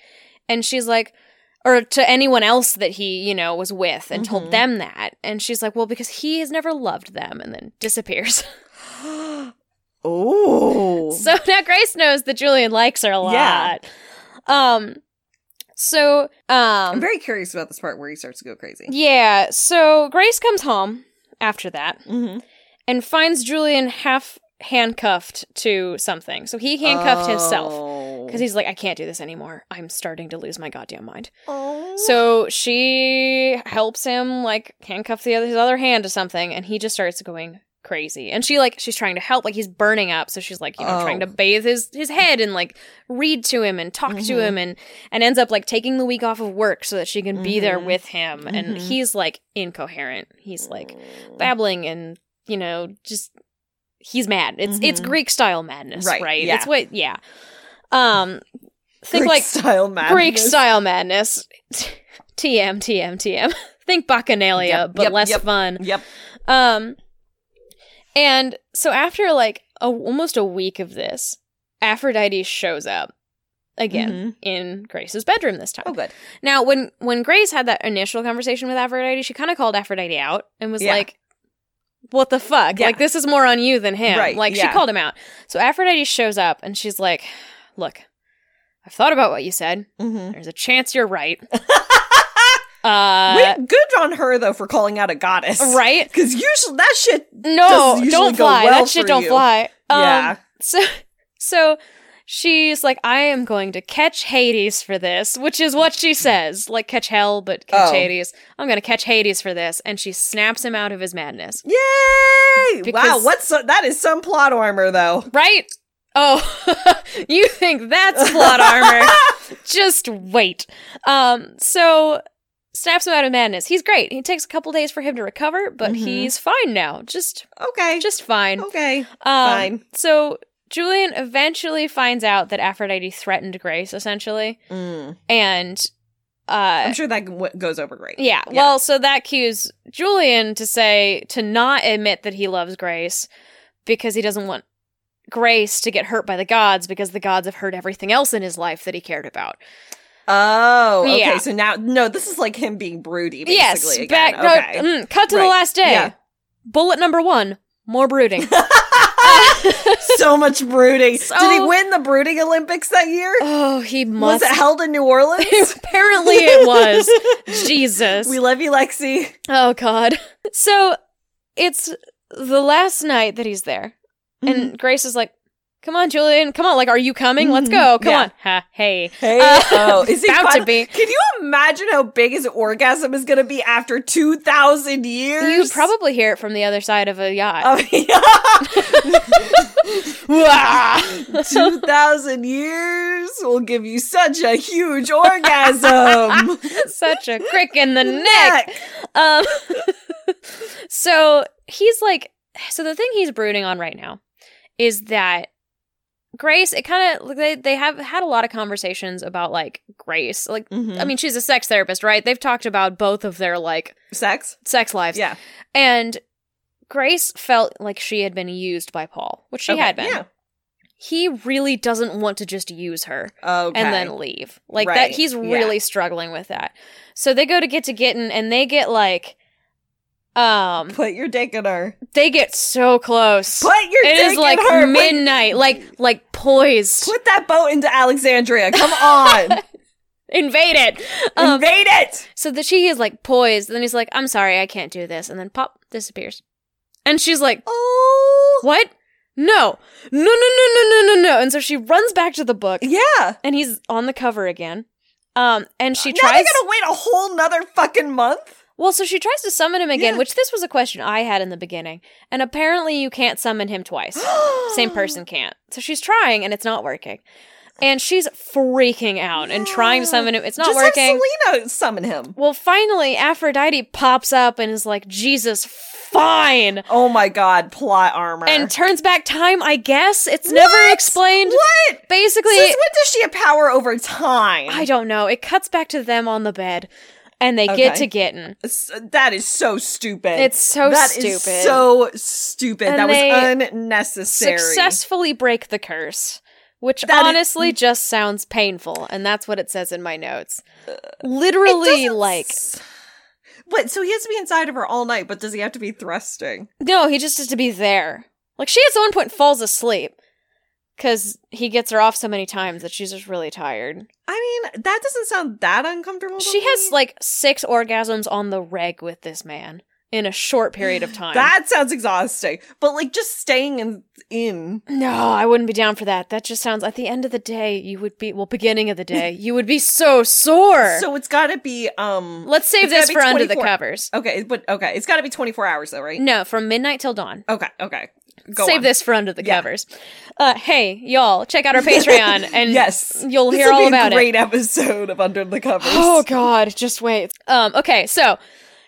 S4: and she's like or to anyone else that he, you know, was with and
S3: Mhm.
S4: told them that. And she's like, "Well, because he has never loved them." And then disappears. [LAUGHS]
S3: [GASPS] oh.
S4: So now Grace knows that Julian likes her a lot.
S3: Yeah.
S4: Um so
S3: I'm
S4: um
S3: very curious about this part where he starts to go crazy.
S4: yeah, so Grace comes home after that
S3: Mm-hmm.
S4: and finds Julian half handcuffed to something. So he handcuffed
S3: Oh.
S4: himself cuz he's like I can't do this anymore. I'm starting to lose my goddamn mind.
S3: oh.
S4: So she helps him like handcuff the other his other hand to something and he just starts going crazy. And she like she's trying to help like he's burning up so she's like you know
S3: Oh.
S4: trying to bathe his his head and like read to him and talk to
S3: Mhm.
S4: him and and ends up like taking the week off of work so that she can be there
S3: Mhm.
S4: with him and
S3: Mhm.
S4: he's like incoherent. He's like
S3: Mm.
S4: babbling and you know just he's mad. It's it's
S3: Mhm.
S4: Greek style madness, right?
S3: Right, yeah.
S4: It's what yeah. Um think
S3: Greek
S4: like
S3: style madness.
S4: Greek style madness. [LAUGHS] TM, TM, TM. Think Bacchanalia,
S3: Yep,
S4: but
S3: yep,
S4: less
S3: yep.
S4: fun.
S3: Yep.
S4: Um, and so after like a, almost a week of this, Aphrodite shows up again
S3: Mhm.
S4: in Grace's bedroom this time.
S3: Oh, good.
S4: Now, when when Grace had that initial conversation with Aphrodite, she kind of called Aphrodite out and was
S3: Yeah.
S4: like, "What the fuck?
S3: Yeah.
S4: Like this is more on you than him."
S3: Right,
S4: Like she
S3: yeah.
S4: called him out. So Aphrodite shows up and she's like, "Look, I've thought about what you said.
S3: Mm-hmm.
S4: There's a chance
S3: [LAUGHS]
S4: you're right." Uh,
S3: good on her though for calling out a goddess,
S4: right?
S3: Because usually that shit.
S4: No,
S3: usually
S4: don't
S3: go
S4: fly.
S3: well
S4: that shit
S3: for
S4: don't
S3: you.
S4: fly. Um,
S3: yeah.
S4: So, [LAUGHS] so she's like, I am going to catch Hades for this, which is what she says. Like, catch hell, but catch
S3: Oh.
S4: Hades. I'm going to catch Hades for this. And she snaps him out of his madness.
S3: Yay! wow,
S4: Because-
S3: what's so- that is some plot armor though.
S4: Right? Oh, [LAUGHS] you think that's plot
S3: [LAUGHS]
S4: armor? Just wait. Um, so snaps him out of madness. He's great. He takes a couple days for him to recover, but
S3: Mhm.
S4: he's fine now. Just,
S3: Okay.
S4: just fine.
S3: okay.
S4: Um,
S3: Fine.
S4: So Julian eventually finds out that Aphrodite threatened Grace, essentially,
S3: Mm.
S4: and uh,
S3: I'm sure that w- goes over great.
S4: yeah. Well, so that cues Julian to say to not admit that he loves Grace because he doesn't want Grace to get hurt by the gods because the gods have hurt everything else in his life that he cared about.
S3: Oh, okay.
S4: Yeah.
S3: So now, no, this is like him being broody, basically.
S4: yes.
S3: again.
S4: Back.
S3: okay.
S4: [LAUGHS] No, mm, cut to the
S3: Right.
S4: last day.
S3: Yeah.
S4: Bullet number one. More
S3: [LAUGHS]
S4: brooding.
S3: so much brooding.
S4: So-
S3: Did he win the brooding Olympics that year?
S4: oh, he
S3: Was
S4: must.
S3: it held in New Orleans?
S4: [LAUGHS] Apparently, it
S3: [LAUGHS]
S4: was. Jesus.
S3: we love you, Lexi.
S4: Oh God. [LAUGHS] So it's the last night that he's there. And Grace is like, Come on, Julian. Come on. Like, are you coming? Let's go. Come on. Ha, hey.
S3: Hey,
S4: Uh,
S3: oh, is he
S4: about to
S3: finally-
S4: be.
S3: Can you imagine how big his orgasm is going to be after two thousand years?
S4: You
S3: [LAUGHS]
S4: probably hear it from the other side of a yacht.
S3: Oh,
S4: [LAUGHS]
S3: yeah. two thousand years will give you such a huge
S4: [LAUGHS]
S3: orgasm.
S4: Such a crick in the neck.
S3: Heck.
S4: Um, [LAUGHS] so he's like, so the thing he's brooding on right now is that Grace. It kind of they they have had a lot of conversations about like Grace. Like,
S3: Mm-hmm.
S4: I mean, she's a sex therapist, right? They've talked about both of their like
S3: sex.
S4: sex lives.
S3: Yeah,
S4: and Grace felt like she had been used by Paul, which she
S3: Okay,
S4: had been.
S3: yeah.
S4: He really doesn't want to just use her
S3: Okay.
S4: and then leave. Like that
S3: Right,
S4: he's
S3: yeah.
S4: really struggling with that. So they go to get to getting and they get like um
S3: put your dick in her.
S4: they get so close.
S3: Put your
S4: it
S3: dick
S4: is like
S3: in her. Put-
S4: midnight, like like poised.
S3: Put that boat into Alexandria.
S4: [LAUGHS]
S3: Come on.
S4: Invade it. Um,
S3: Invade it.
S4: so that she is like poised, and then he's like, I'm sorry, I can't do this, and then pop disappears. And she's like,
S3: Oh.
S4: What? No. No no no no no no no. And so she runs back to the book
S3: Yeah.
S4: and he's on the cover again. Um and she
S3: now they're
S4: tries
S3: gonna wait a whole nother fucking month.
S4: Well, so she tries to summon him again,
S3: Yeah.
S4: which this was a question I had in the beginning. And apparently you can't summon
S3: [GASPS]
S4: him twice. Same person can't. So she's trying and it's not working. And she's freaking out and trying to summon him. It's not
S3: Just
S4: working.
S3: have Selena summon him.
S4: well, finally Aphrodite pops up and is like, "Jesus, fine."
S3: Oh my god, plot armor.
S4: And turns back time, I guess. It's never
S3: What?
S4: explained.
S3: what?
S4: Basically,
S3: Since when does she have power over time?
S4: I don't know. It cuts back to them on the bed, and they get
S3: Okay.
S4: to getting.
S3: S- that is so stupid.
S4: It's so
S3: That
S4: stupid.
S3: is so stupid.
S4: And
S3: that
S4: they
S3: was unnecessary.
S4: Successfully break the curse, which
S3: That is-
S4: honestly just sounds painful, and that's what it says in my notes.
S3: Uh, It
S4: Literally,
S3: doesn't
S4: like
S3: s- Wait, so he has to be inside of her all night, but does he have to be thrusting?
S4: no, he just has to be there. Like she at one point falls asleep because he gets her off so many times that she's just really tired.
S3: I mean, that doesn't sound that uncomfortable. to
S4: She has
S3: me.
S4: like six orgasms on the reg with this man in a short period of time.
S3: that sounds exhausting, but like just staying in in
S4: No, I wouldn't be down for that. That just sounds at the end of the day, you would be well, beginning of the day, you would be so sore.
S3: [LAUGHS] So it's got to be um.
S4: Let's save
S3: it's gotta
S4: this
S3: be
S4: for under the
S3: 24
S4: covers.
S3: Okay, but okay, it's got to be twenty four hours though, right?
S4: No, from midnight till dawn.
S3: Okay, okay. Go
S4: Mm. save
S3: on.
S4: this for under the
S3: Yeah.
S4: covers. Uh, hey, y'all, check out
S3: [LAUGHS]
S4: our Patreon and
S3: Yes,
S4: you'll
S3: This
S4: hear
S3: will
S4: all
S3: be
S4: about
S3: a
S4: it.
S3: great episode of Under the Covers.
S4: Oh god, just wait. Um, okay, so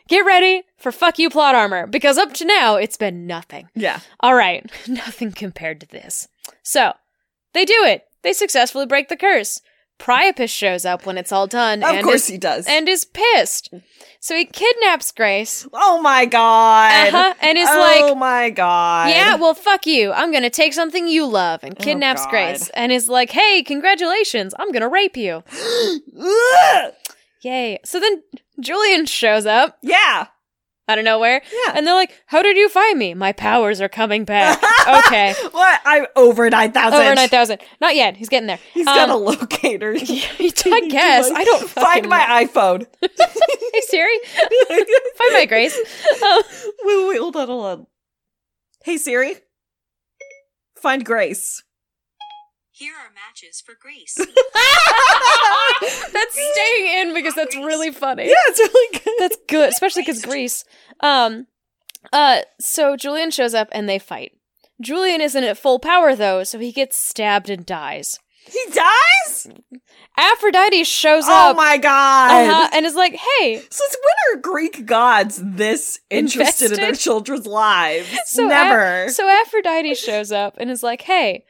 S4: get ready for fuck you plot armor because up to now it's been nothing.
S3: yeah.
S4: All right, [LAUGHS] nothing compared to this. So, they do it. They successfully break the curse. Priapus shows up when it's all done.
S3: Of
S4: and
S3: course
S4: is,
S3: he does.
S4: And is pissed. So he kidnaps Grace.
S3: oh my god.
S4: Uh-huh, and is
S3: oh
S4: like,
S3: my god.
S4: Yeah, well, [GASPS] fuck you. I'm going to take something you love. And kidnaps
S3: Oh, God.
S4: Grace. And is like, hey, congratulations. I'm going to rape you.
S3: [GASPS] Ugh.
S4: Yay. So then Julian shows up
S3: yeah.
S4: out of nowhere.
S3: Yeah.
S4: And they're like, how did you find me? My powers are
S3: [LAUGHS]
S4: coming back. okay.
S3: What? I'm over nine thousand.
S4: Over 9,000. Not yet. He's getting there.
S3: He's
S4: Um, [LAUGHS]
S3: got a locator. [LAUGHS]
S4: I guess. I don't
S3: find
S4: fucking know.
S3: my iPhone. [LAUGHS]
S4: Hey Siri, [LAUGHS] find my grace. Um,
S3: Wait, wait, wait, hold on, hold on. Hey Siri, find Grace.
S5: Here are matches for
S4: [LAUGHS]
S5: Grace.
S4: that's staying in because that's really
S3: [LAUGHS]
S4: funny.
S3: Yeah, it's really good.
S4: That's good, especially because Greece. Um, uh, so Julian shows up and they fight. Julian isn't at full power though, so he gets stabbed and dies.
S3: [LAUGHS] He dies?
S4: Aphrodite shows
S3: Oh
S4: up
S3: my god.
S4: uh-huh, and is like, "Hey,
S3: Since when are Greek gods this interested in their
S4: Invested?
S3: children's lives?
S4: So uh,
S3: Never.
S4: So Aphrodite shows up and is like, "Hey,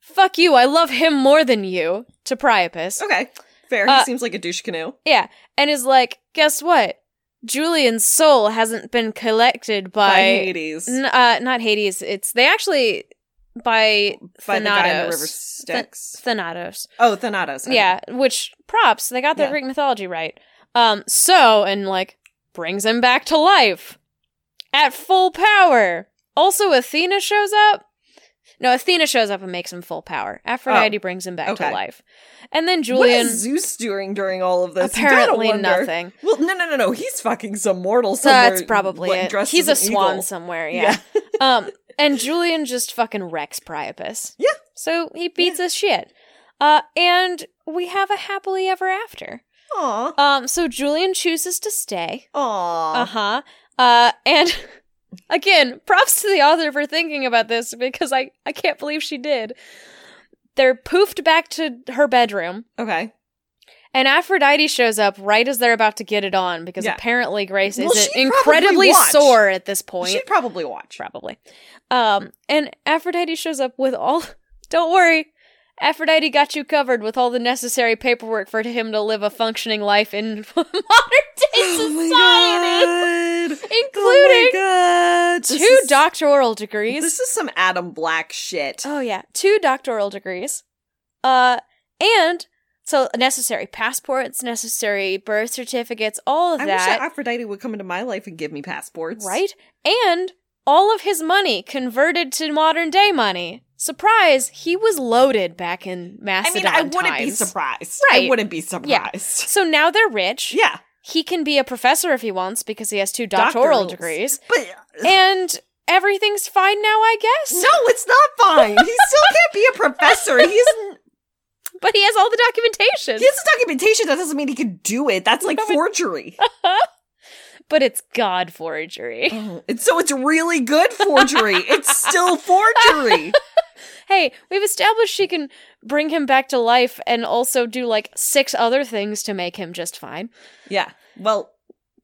S4: fuck you! I love him more than you." To Priapus,
S3: okay, fair.
S4: Uh,
S3: he seems like a douche canoe.
S4: Yeah, and is like, guess what? Julian's soul hasn't been collected
S3: By
S4: by,
S3: Hades.
S4: N- uh, not Hades. It's they actually by
S3: by the guy in the
S4: Thanatos.
S3: river Styx.
S4: Thanatos.
S3: oh, Thanatos. okay.
S4: Yeah, which props they got their
S3: Yeah.
S4: Greek mythology right. Um, so and like brings him back to life at full power. Also, Athena shows up. No, Athena shows up and makes him full power. Aphrodite brings him back
S3: Oh, okay.
S4: to life, and then
S3: What
S4: Julian
S3: is Zeus doing during all of this? You gotta
S4: apparently
S3: wonder.
S4: nothing.
S3: Well, no, no, no, no. He's fucking some mortal somewhere.
S4: That's probably
S3: what,
S4: it.
S3: dressed
S4: He's a
S3: as an
S4: swan
S3: eagle.
S4: [LAUGHS] somewhere, yeah. um, and Julian just fucking wrecks Priapus.
S3: Yeah.
S4: So he beats his shit. Uh, and we have a happily ever after.
S3: Aw.
S4: Um, so Julian chooses to stay.
S3: Aw.
S4: Uh huh. Uh, and [LAUGHS] again, props to the author for thinking about this because I, I can't believe she did. They're poofed back to her bedroom,
S3: okay.
S4: and Aphrodite shows up right as they're about to get it on because
S3: Yeah.
S4: apparently Grace
S3: Well,
S4: is
S3: she'd probably
S4: incredibly
S3: watch.
S4: sore at this point.
S3: She'd probably watch.
S4: probably. Um, and Aphrodite shows up with all. [LAUGHS] Don't worry, Aphrodite got you covered with all the necessary paperwork for him to live a functioning life in [LAUGHS] modern day society,
S3: my Oh god.
S4: including
S3: oh my god. [GASPS] This
S4: two
S3: is-
S4: doctoral degrees.
S3: This is some Adam Black shit.
S4: oh yeah, two doctoral degrees. Uh, and so necessary passports, necessary birth certificates, all of
S3: I wish
S4: that,
S3: that Aphrodite would come into my life and give me passports.
S4: right? And all of his money converted to modern day money. Surprise, he was loaded back in
S3: I mean,
S4: Macedon
S3: I wouldn't be
S4: times.
S3: surprised. I
S4: Right.
S3: wouldn't be surprised.
S4: So now they're rich.
S3: Yeah.
S4: He can be a professor if he wants because he has two doctoral
S3: Doctorals.
S4: degrees.
S3: But
S4: And everything's fine now, I guess.
S3: no, it's not fine. He still can't be a professor. He's
S4: [LAUGHS] But he has all the documentation.
S3: he has the documentation. That doesn't mean he can do it. That's like forgery.
S4: But it's god forgery.
S3: And so it's really good forgery. It's still forgery.
S4: hey, we've established she can bring him back to life and also do like six other things to make him just fine.
S3: Yeah. Well,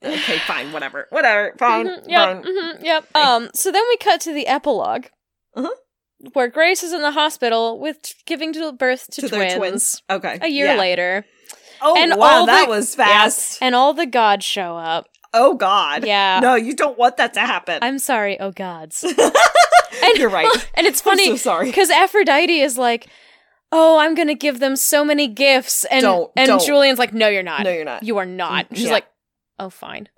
S3: okay, fine, whatever. Whatever. Fine.
S4: Mhm, yep.
S3: fine.
S4: mhm, yep. Um. So then we cut to the epilog
S3: Uh-huh.
S4: Where Grace is in the hospital with giving to birth to,
S3: To
S4: twins,
S3: their twins. Okay.
S4: a year
S3: Yeah.
S4: later,
S3: Oh
S4: And
S3: wow,
S4: all
S3: that
S4: the-
S3: was fast.
S4: and all the gods show up.
S3: Oh god.
S4: Yeah.
S3: No, you don't want that to happen.
S4: I'm sorry,
S3: [LAUGHS]
S4: oh gods.
S3: and, You're right.
S4: [LAUGHS] and it's
S3: I'm
S4: funny
S3: so sorry.
S4: because Aphrodite is like, "Oh, I'm gonna give them so many gifts," and
S3: Don't,
S4: and
S3: don't.
S4: Julian's like, "No, you're not.
S3: No, you're not. Mm-hmm.
S4: You are not." She's
S3: yeah.
S4: like,
S3: [LAUGHS]
S4: "Oh, fine."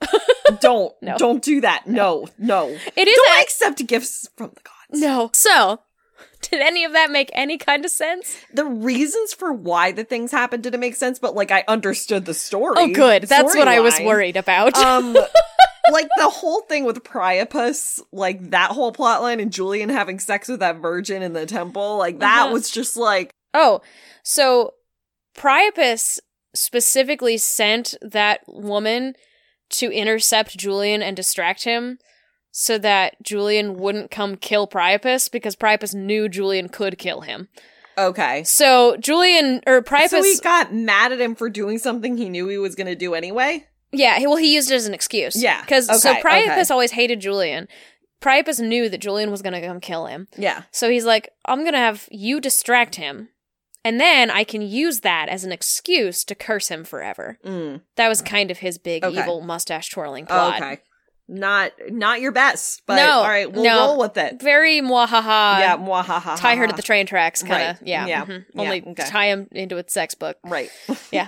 S3: don't.
S4: No.
S3: Don't do that. No. No.
S4: It is
S3: don't
S4: ac-
S3: accept gifts from the gods.
S4: no. So, did any of that make any kind of sense?
S3: the reasons for why the things happened didn't make sense, but like I understood the story.
S4: Oh, good. That's what I was
S3: storyline.
S4: worried about. [LAUGHS]
S3: Um, like the whole thing with Priapus, like that whole plot line and Julian having sex with that virgin in the temple, like that
S4: Uh-huh.
S3: was just like,
S4: Oh, so Priapus specifically sent that woman to intercept Julian and distract him so that Julian wouldn't come kill Priapus because Priapus knew Julian could kill him.
S3: okay.
S4: So Julian or Priapus
S3: so he got mad at him for doing something he knew he was going to do anyway.
S4: Yeah, he- well he used it as an excuse.
S3: Yeah,
S4: Cuz so
S3: okay,
S4: Priapus
S3: okay.
S4: always hated Julian. Priapus knew that Julian was going to come kill him.
S3: Yeah.
S4: So he's like, I'm going to have you distract him. And then I can use that as an excuse to curse him forever.
S3: Mm.
S4: That was kind of his big
S3: Okay.
S4: evil mustache twirling plot.
S3: Oh, Okay. Not not your best, but
S4: No,
S3: all right, we'll
S4: no. Uh,
S3: roll with it.
S4: Very mwahaha.
S3: yeah, mwahaha.
S4: Tie
S3: [LAUGHS]
S4: her to the train tracks, kind of.
S3: Right.
S4: Yeah.
S3: Yeah.
S4: mhm.
S3: Yeah,
S4: Only
S3: okay.
S4: tie him into a sex
S3: [LAUGHS]
S4: book.
S3: right.
S4: Yeah.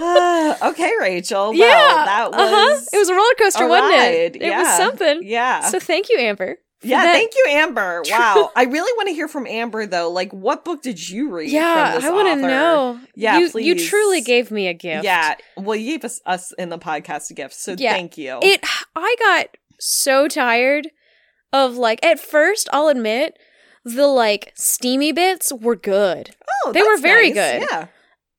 S3: Ah, okay, Rachel. Well,
S4: yeah.
S3: that was
S4: Uh-huh. It was a roller coaster,
S3: a
S4: wasn't
S3: ride,
S4: it? It was
S3: yeah,
S4: something.
S3: Yeah.
S4: So thank you, Amber. for
S3: yeah,
S4: that-
S3: thank you, Amber. Wow. I really want to hear from Amber though. Like what book did you read?
S4: Yeah,
S3: from this
S4: I want to
S3: author?
S4: know.
S3: Yeah,
S4: you, you
S3: please.
S4: truly gave me a gift.
S3: Yeah. Well, you gave us, us in the podcast a gift, so
S4: Yeah.
S3: thank you.
S4: It. I got so tired of like. At first, I'll admit, the like steamy bits were good.
S3: oh,
S4: they were
S3: that's
S4: very
S3: nice.
S4: good.
S3: Yeah.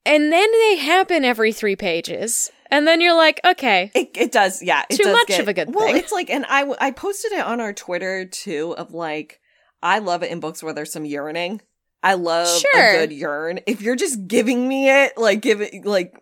S4: and then they happen every three pages, and then you're like, okay,
S3: It, it does, yeah. It
S4: Too
S3: does
S4: much
S3: get-
S4: of a good
S3: well,
S4: thing.
S3: it's like, and I w- I posted it on our Twitter too of like, I love it in books where there's some yearning. I love
S4: Sure.
S3: a good yearn. If you're just giving me it, like give it, like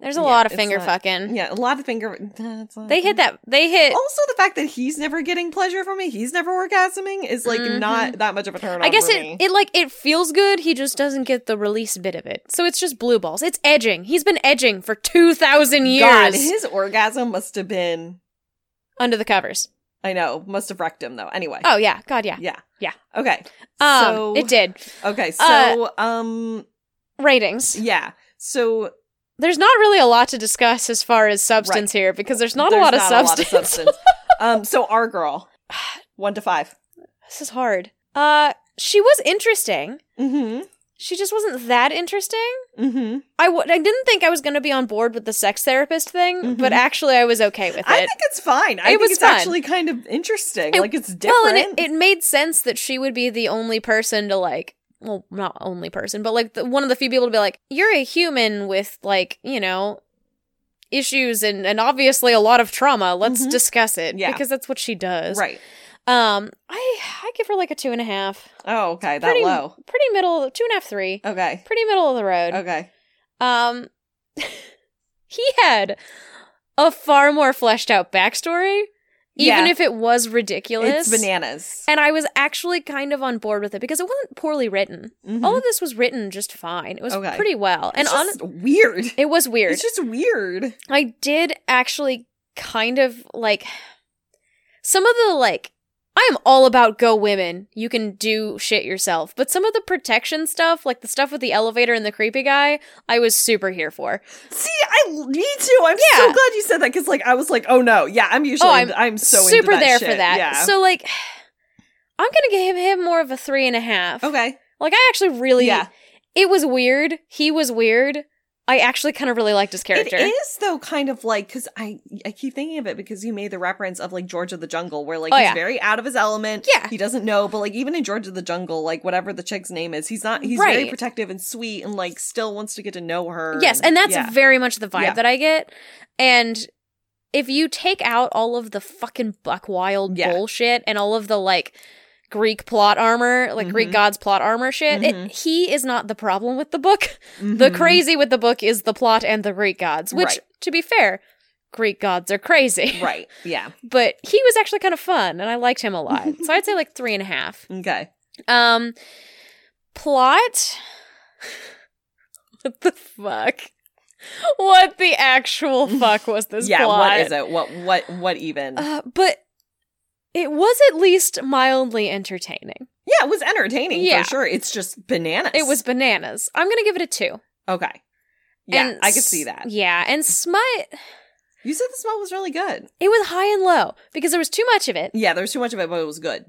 S4: there's a
S3: Yeah,
S4: lot of
S3: it's
S4: finger
S3: not-
S4: fucking.
S3: yeah, Oh, a lot of finger. that's not-
S4: They hit that. They hit.
S3: Also, the fact that he's never getting pleasure from it, he's never orgasming, is like
S4: Mhm.
S3: not that much of a turn.
S4: I
S3: on
S4: guess
S3: for
S4: it.
S3: me.
S4: It like it feels good. He just doesn't get the release bit of it. So it's just blue balls. It's edging. He's been edging for two thousand
S3: God,
S4: years
S3: his orgasm must have been.
S4: under the covers.
S3: I know, must have wrecked him though. Anyway,
S4: Oh yeah, God yeah.
S3: yeah,
S4: yeah.
S3: Okay,
S4: Um,
S3: so
S4: it did Uh,
S3: Okay, so um,
S4: ratings.
S3: yeah, so
S4: There's not really a lot to discuss as far as substance here because there's not
S3: there's
S4: a lot of
S3: not
S4: substance.
S3: A lot of
S4: [LAUGHS]
S3: substance. um, so our
S4: [SIGHS]
S3: girl, one to five.
S4: this is hard. Uh, she was interesting.
S3: Mm-hmm.
S4: she just wasn't that interesting.
S3: Mm-hmm.
S4: I w- I didn't think I was going to be on board with the sex therapist thing, but actually I was okay with it.
S3: Mm-hmm. I think it's fine. I think
S4: was
S3: it's
S4: fun.
S3: actually kind of interesting.
S4: It-
S3: like it's different.
S4: well, and it, it made sense that she would be the only person to like, well, not only person, but like the, one of the few people to be like, you're a human with like, you know, issues and, and obviously a lot of trauma. Let's
S3: Mhm.
S4: discuss it.
S3: Yeah.
S4: Because that's what she does.
S3: right.
S4: Um, I, I give her like a two and a half.
S3: Oh, okay. That
S4: pretty,
S3: low.
S4: Pretty middle, two and a half, three.
S3: Okay.
S4: Pretty middle of the road.
S3: Okay.
S4: Um, [LAUGHS] he had a far more fleshed out backstory, even
S3: Yeah.
S4: if it was ridiculous.
S3: It's bananas.
S4: And I was actually kind of on board with it because it wasn't poorly written.
S3: Mhm.
S4: All of this was written just fine. It was
S3: Okay.
S4: pretty well. And
S3: it's
S4: on
S3: just weird.
S4: it was weird.
S3: It's just weird.
S4: I did actually kind of like some of the like I am all about go women. You can do shit yourself. But some of the protection stuff, like the stuff with the elevator and the creepy guy, I was super here for.
S3: See, I me too. I'm
S4: Yeah.
S3: so glad you said that because like I was like, oh no, yeah. I'm usually
S4: Oh,
S3: I'm,
S4: I'm
S3: so into
S4: super
S3: that
S4: there for
S3: shit.
S4: that.
S3: Yeah.
S4: So like, I'm gonna give him more of a three and a half.
S3: okay.
S4: Like I actually really,
S3: Yeah.
S4: it was weird. He was weird. I actually kind of really liked his character.
S3: It is though kind of like because I I keep thinking of it because you made the reference of like George of the Jungle where like
S4: Oh,
S3: he's
S4: yeah.
S3: very out of his element.
S4: Yeah.
S3: He doesn't know, but like even in George of the Jungle, like whatever the chick's name is, he's not he's very
S4: Right.
S3: protective and sweet and like still wants to get to know her.
S4: Yes, and that's
S3: yeah.
S4: very much the vibe
S3: Yeah.
S4: that I get. And if you take out all of the fucking buck wild
S3: Yeah.
S4: bullshit and all of the like Greek plot armor, like Greek
S3: Mhm.
S4: gods plot armor shit,
S3: Mhm.
S4: it, he is not the problem with the book. [LAUGHS] The
S3: Mhm.
S4: crazy with the book is the plot and the Greek gods, which,
S3: Right.
S4: to be fair, Greek gods are crazy.
S3: Mm-hmm. Right. Yeah.
S4: [LAUGHS] But he was actually kind of fun, and I liked him
S3: [LAUGHS]
S4: a lot. so I'd say like three and a half.
S3: Okay.
S4: Um, plot. what the fuck? What the actual
S3: [LAUGHS]
S4: fuck was this
S3: yeah.
S4: plot?
S3: What is it? What what what even?
S4: Uh, but it was at least mildly entertaining.
S3: yeah, it was entertaining
S4: yeah.
S3: for sure. It's just bananas.
S4: It was bananas. I'm gonna give it a two.
S3: okay. Yeah,
S4: And
S3: I could
S4: s-
S3: see that.
S4: Yeah, and smut.
S3: You said the smell was really good.
S4: It was high and low because there was too much of it.
S3: Yeah, there was too much of it, but it was good.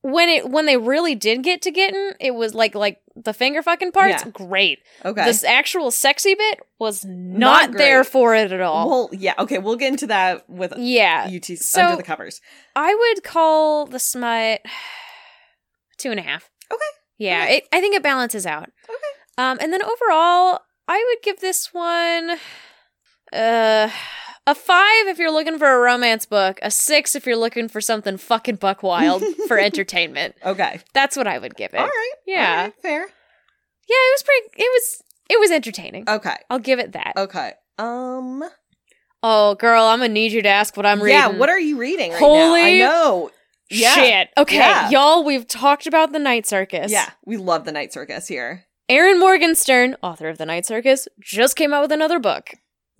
S4: When it when they really did get to getting, it was like like the finger fucking parts.
S3: Yeah.
S4: Great.
S3: Okay.
S4: This actual sexy bit was
S3: Not
S4: not,
S3: great.
S4: there for it at all.
S3: well, yeah. Okay, we'll get into that with
S4: yeah,
S3: UT
S4: So-
S3: under the covers.
S4: I would call the smut two and a half.
S3: Okay.
S4: Yeah,
S3: Okay.
S4: It, I think it balances out.
S3: Okay.
S4: Um, and then overall, I would give this one uh, a five if you're looking for a romance book, a six if you're looking for something fucking
S3: [LAUGHS]
S4: buck wild for entertainment.
S3: Okay.
S4: That's what I would give it.
S3: All right.
S4: Yeah.
S3: All right, fair.
S4: Yeah, it was pretty. It was it was entertaining.
S3: Okay.
S4: I'll give it that.
S3: Okay. Um.
S4: Oh, girl, I'm gonna need you to ask what I'm reading.
S3: Yeah. What are you reading right now? I
S4: Holy
S3: know. Yeah.
S4: shit? Okay,
S3: Yeah.
S4: y'all, we've talked about the Night Circus.
S3: Yeah. We love the Night Circus here.
S4: Aaron Morgenstern, author of The Night Circus, just came out with another book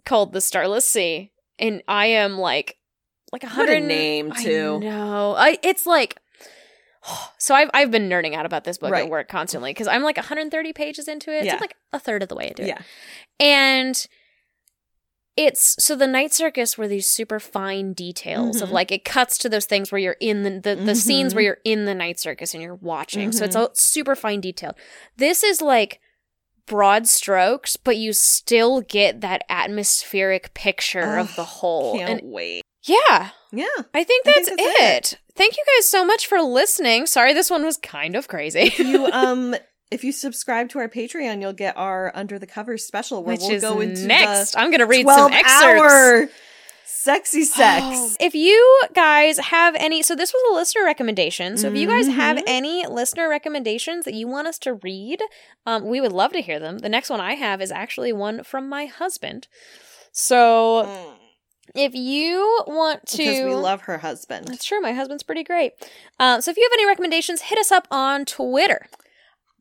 S4: called The Starless Sea, and I am like, like a
S3: What a
S4: hundred
S3: name too.
S4: No, I it's like. [SIGHS] So I've I've been nerding out about this book
S3: Right.
S4: at work constantly because I'm like 130 pages into it. So
S3: Yeah.
S4: I'm like a third of the way into it
S3: Yeah.
S4: and it's so the night circus were these super fine details of
S3: Mhm.
S4: like it cuts to those things where you're in the the, the scenes
S3: Mhm.
S4: where you're in the night circus and you're watching so it's
S3: Mm-hmm.
S4: all super fine detail this is like broad strokes but you still get that atmospheric
S3: Ugh,
S4: picture of the whole
S3: Can't
S4: and
S3: wait.
S4: yeah
S3: Yeah.
S4: i think
S3: I
S4: that's,
S3: think that's
S4: it. thank you guys so much for listening sorry this one was kind of crazy [LAUGHS]
S3: You um. If you subscribe to our Patreon, you'll get our under the covers special where
S4: which
S3: we'll
S4: is
S3: go into
S4: next
S3: the
S4: i'm gonna read some
S3: 12
S4: excerpts Oh,
S3: hour sexy sex.
S4: If you guys have any, so this was a listener recommendation. So if you guys have
S3: Mhm.
S4: any listener recommendations that you want us to read, um, we would love to hear them. The next one I have is actually one from my husband. So
S3: Mm.
S4: if you want to,
S3: because we love her husband.
S4: that's true. My husband's pretty great. Uh, so if you have any recommendations, hit us up on Twitter,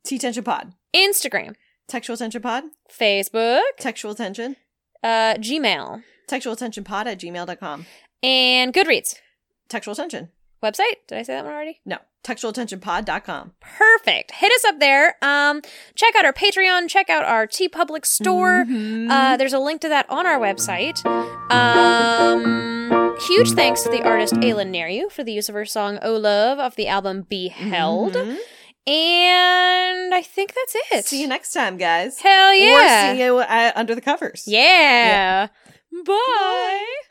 S3: T tension pod,
S4: Instagram,
S3: textual tension pod,
S4: Facebook,
S3: textual tension,
S4: uh, Gmail,
S3: textual tension pod at gmail.com.
S4: and Goodreads
S3: Textual tension.
S4: website. Did I say that one already?
S3: No, textualattentionpod.com.
S4: perfect hit us up there um check out our patreon check out our t public store
S3: Mm-hmm.
S4: uh there's a link to that on our website um huge thanks to the artist Ayla Neru for the use of her song oh love off the album be held
S3: Mhm.
S4: and i I think that's it.
S3: See you next time, guys.
S4: Hell yeah.
S3: Or see you uh, under the covers.
S4: yeah. Bye.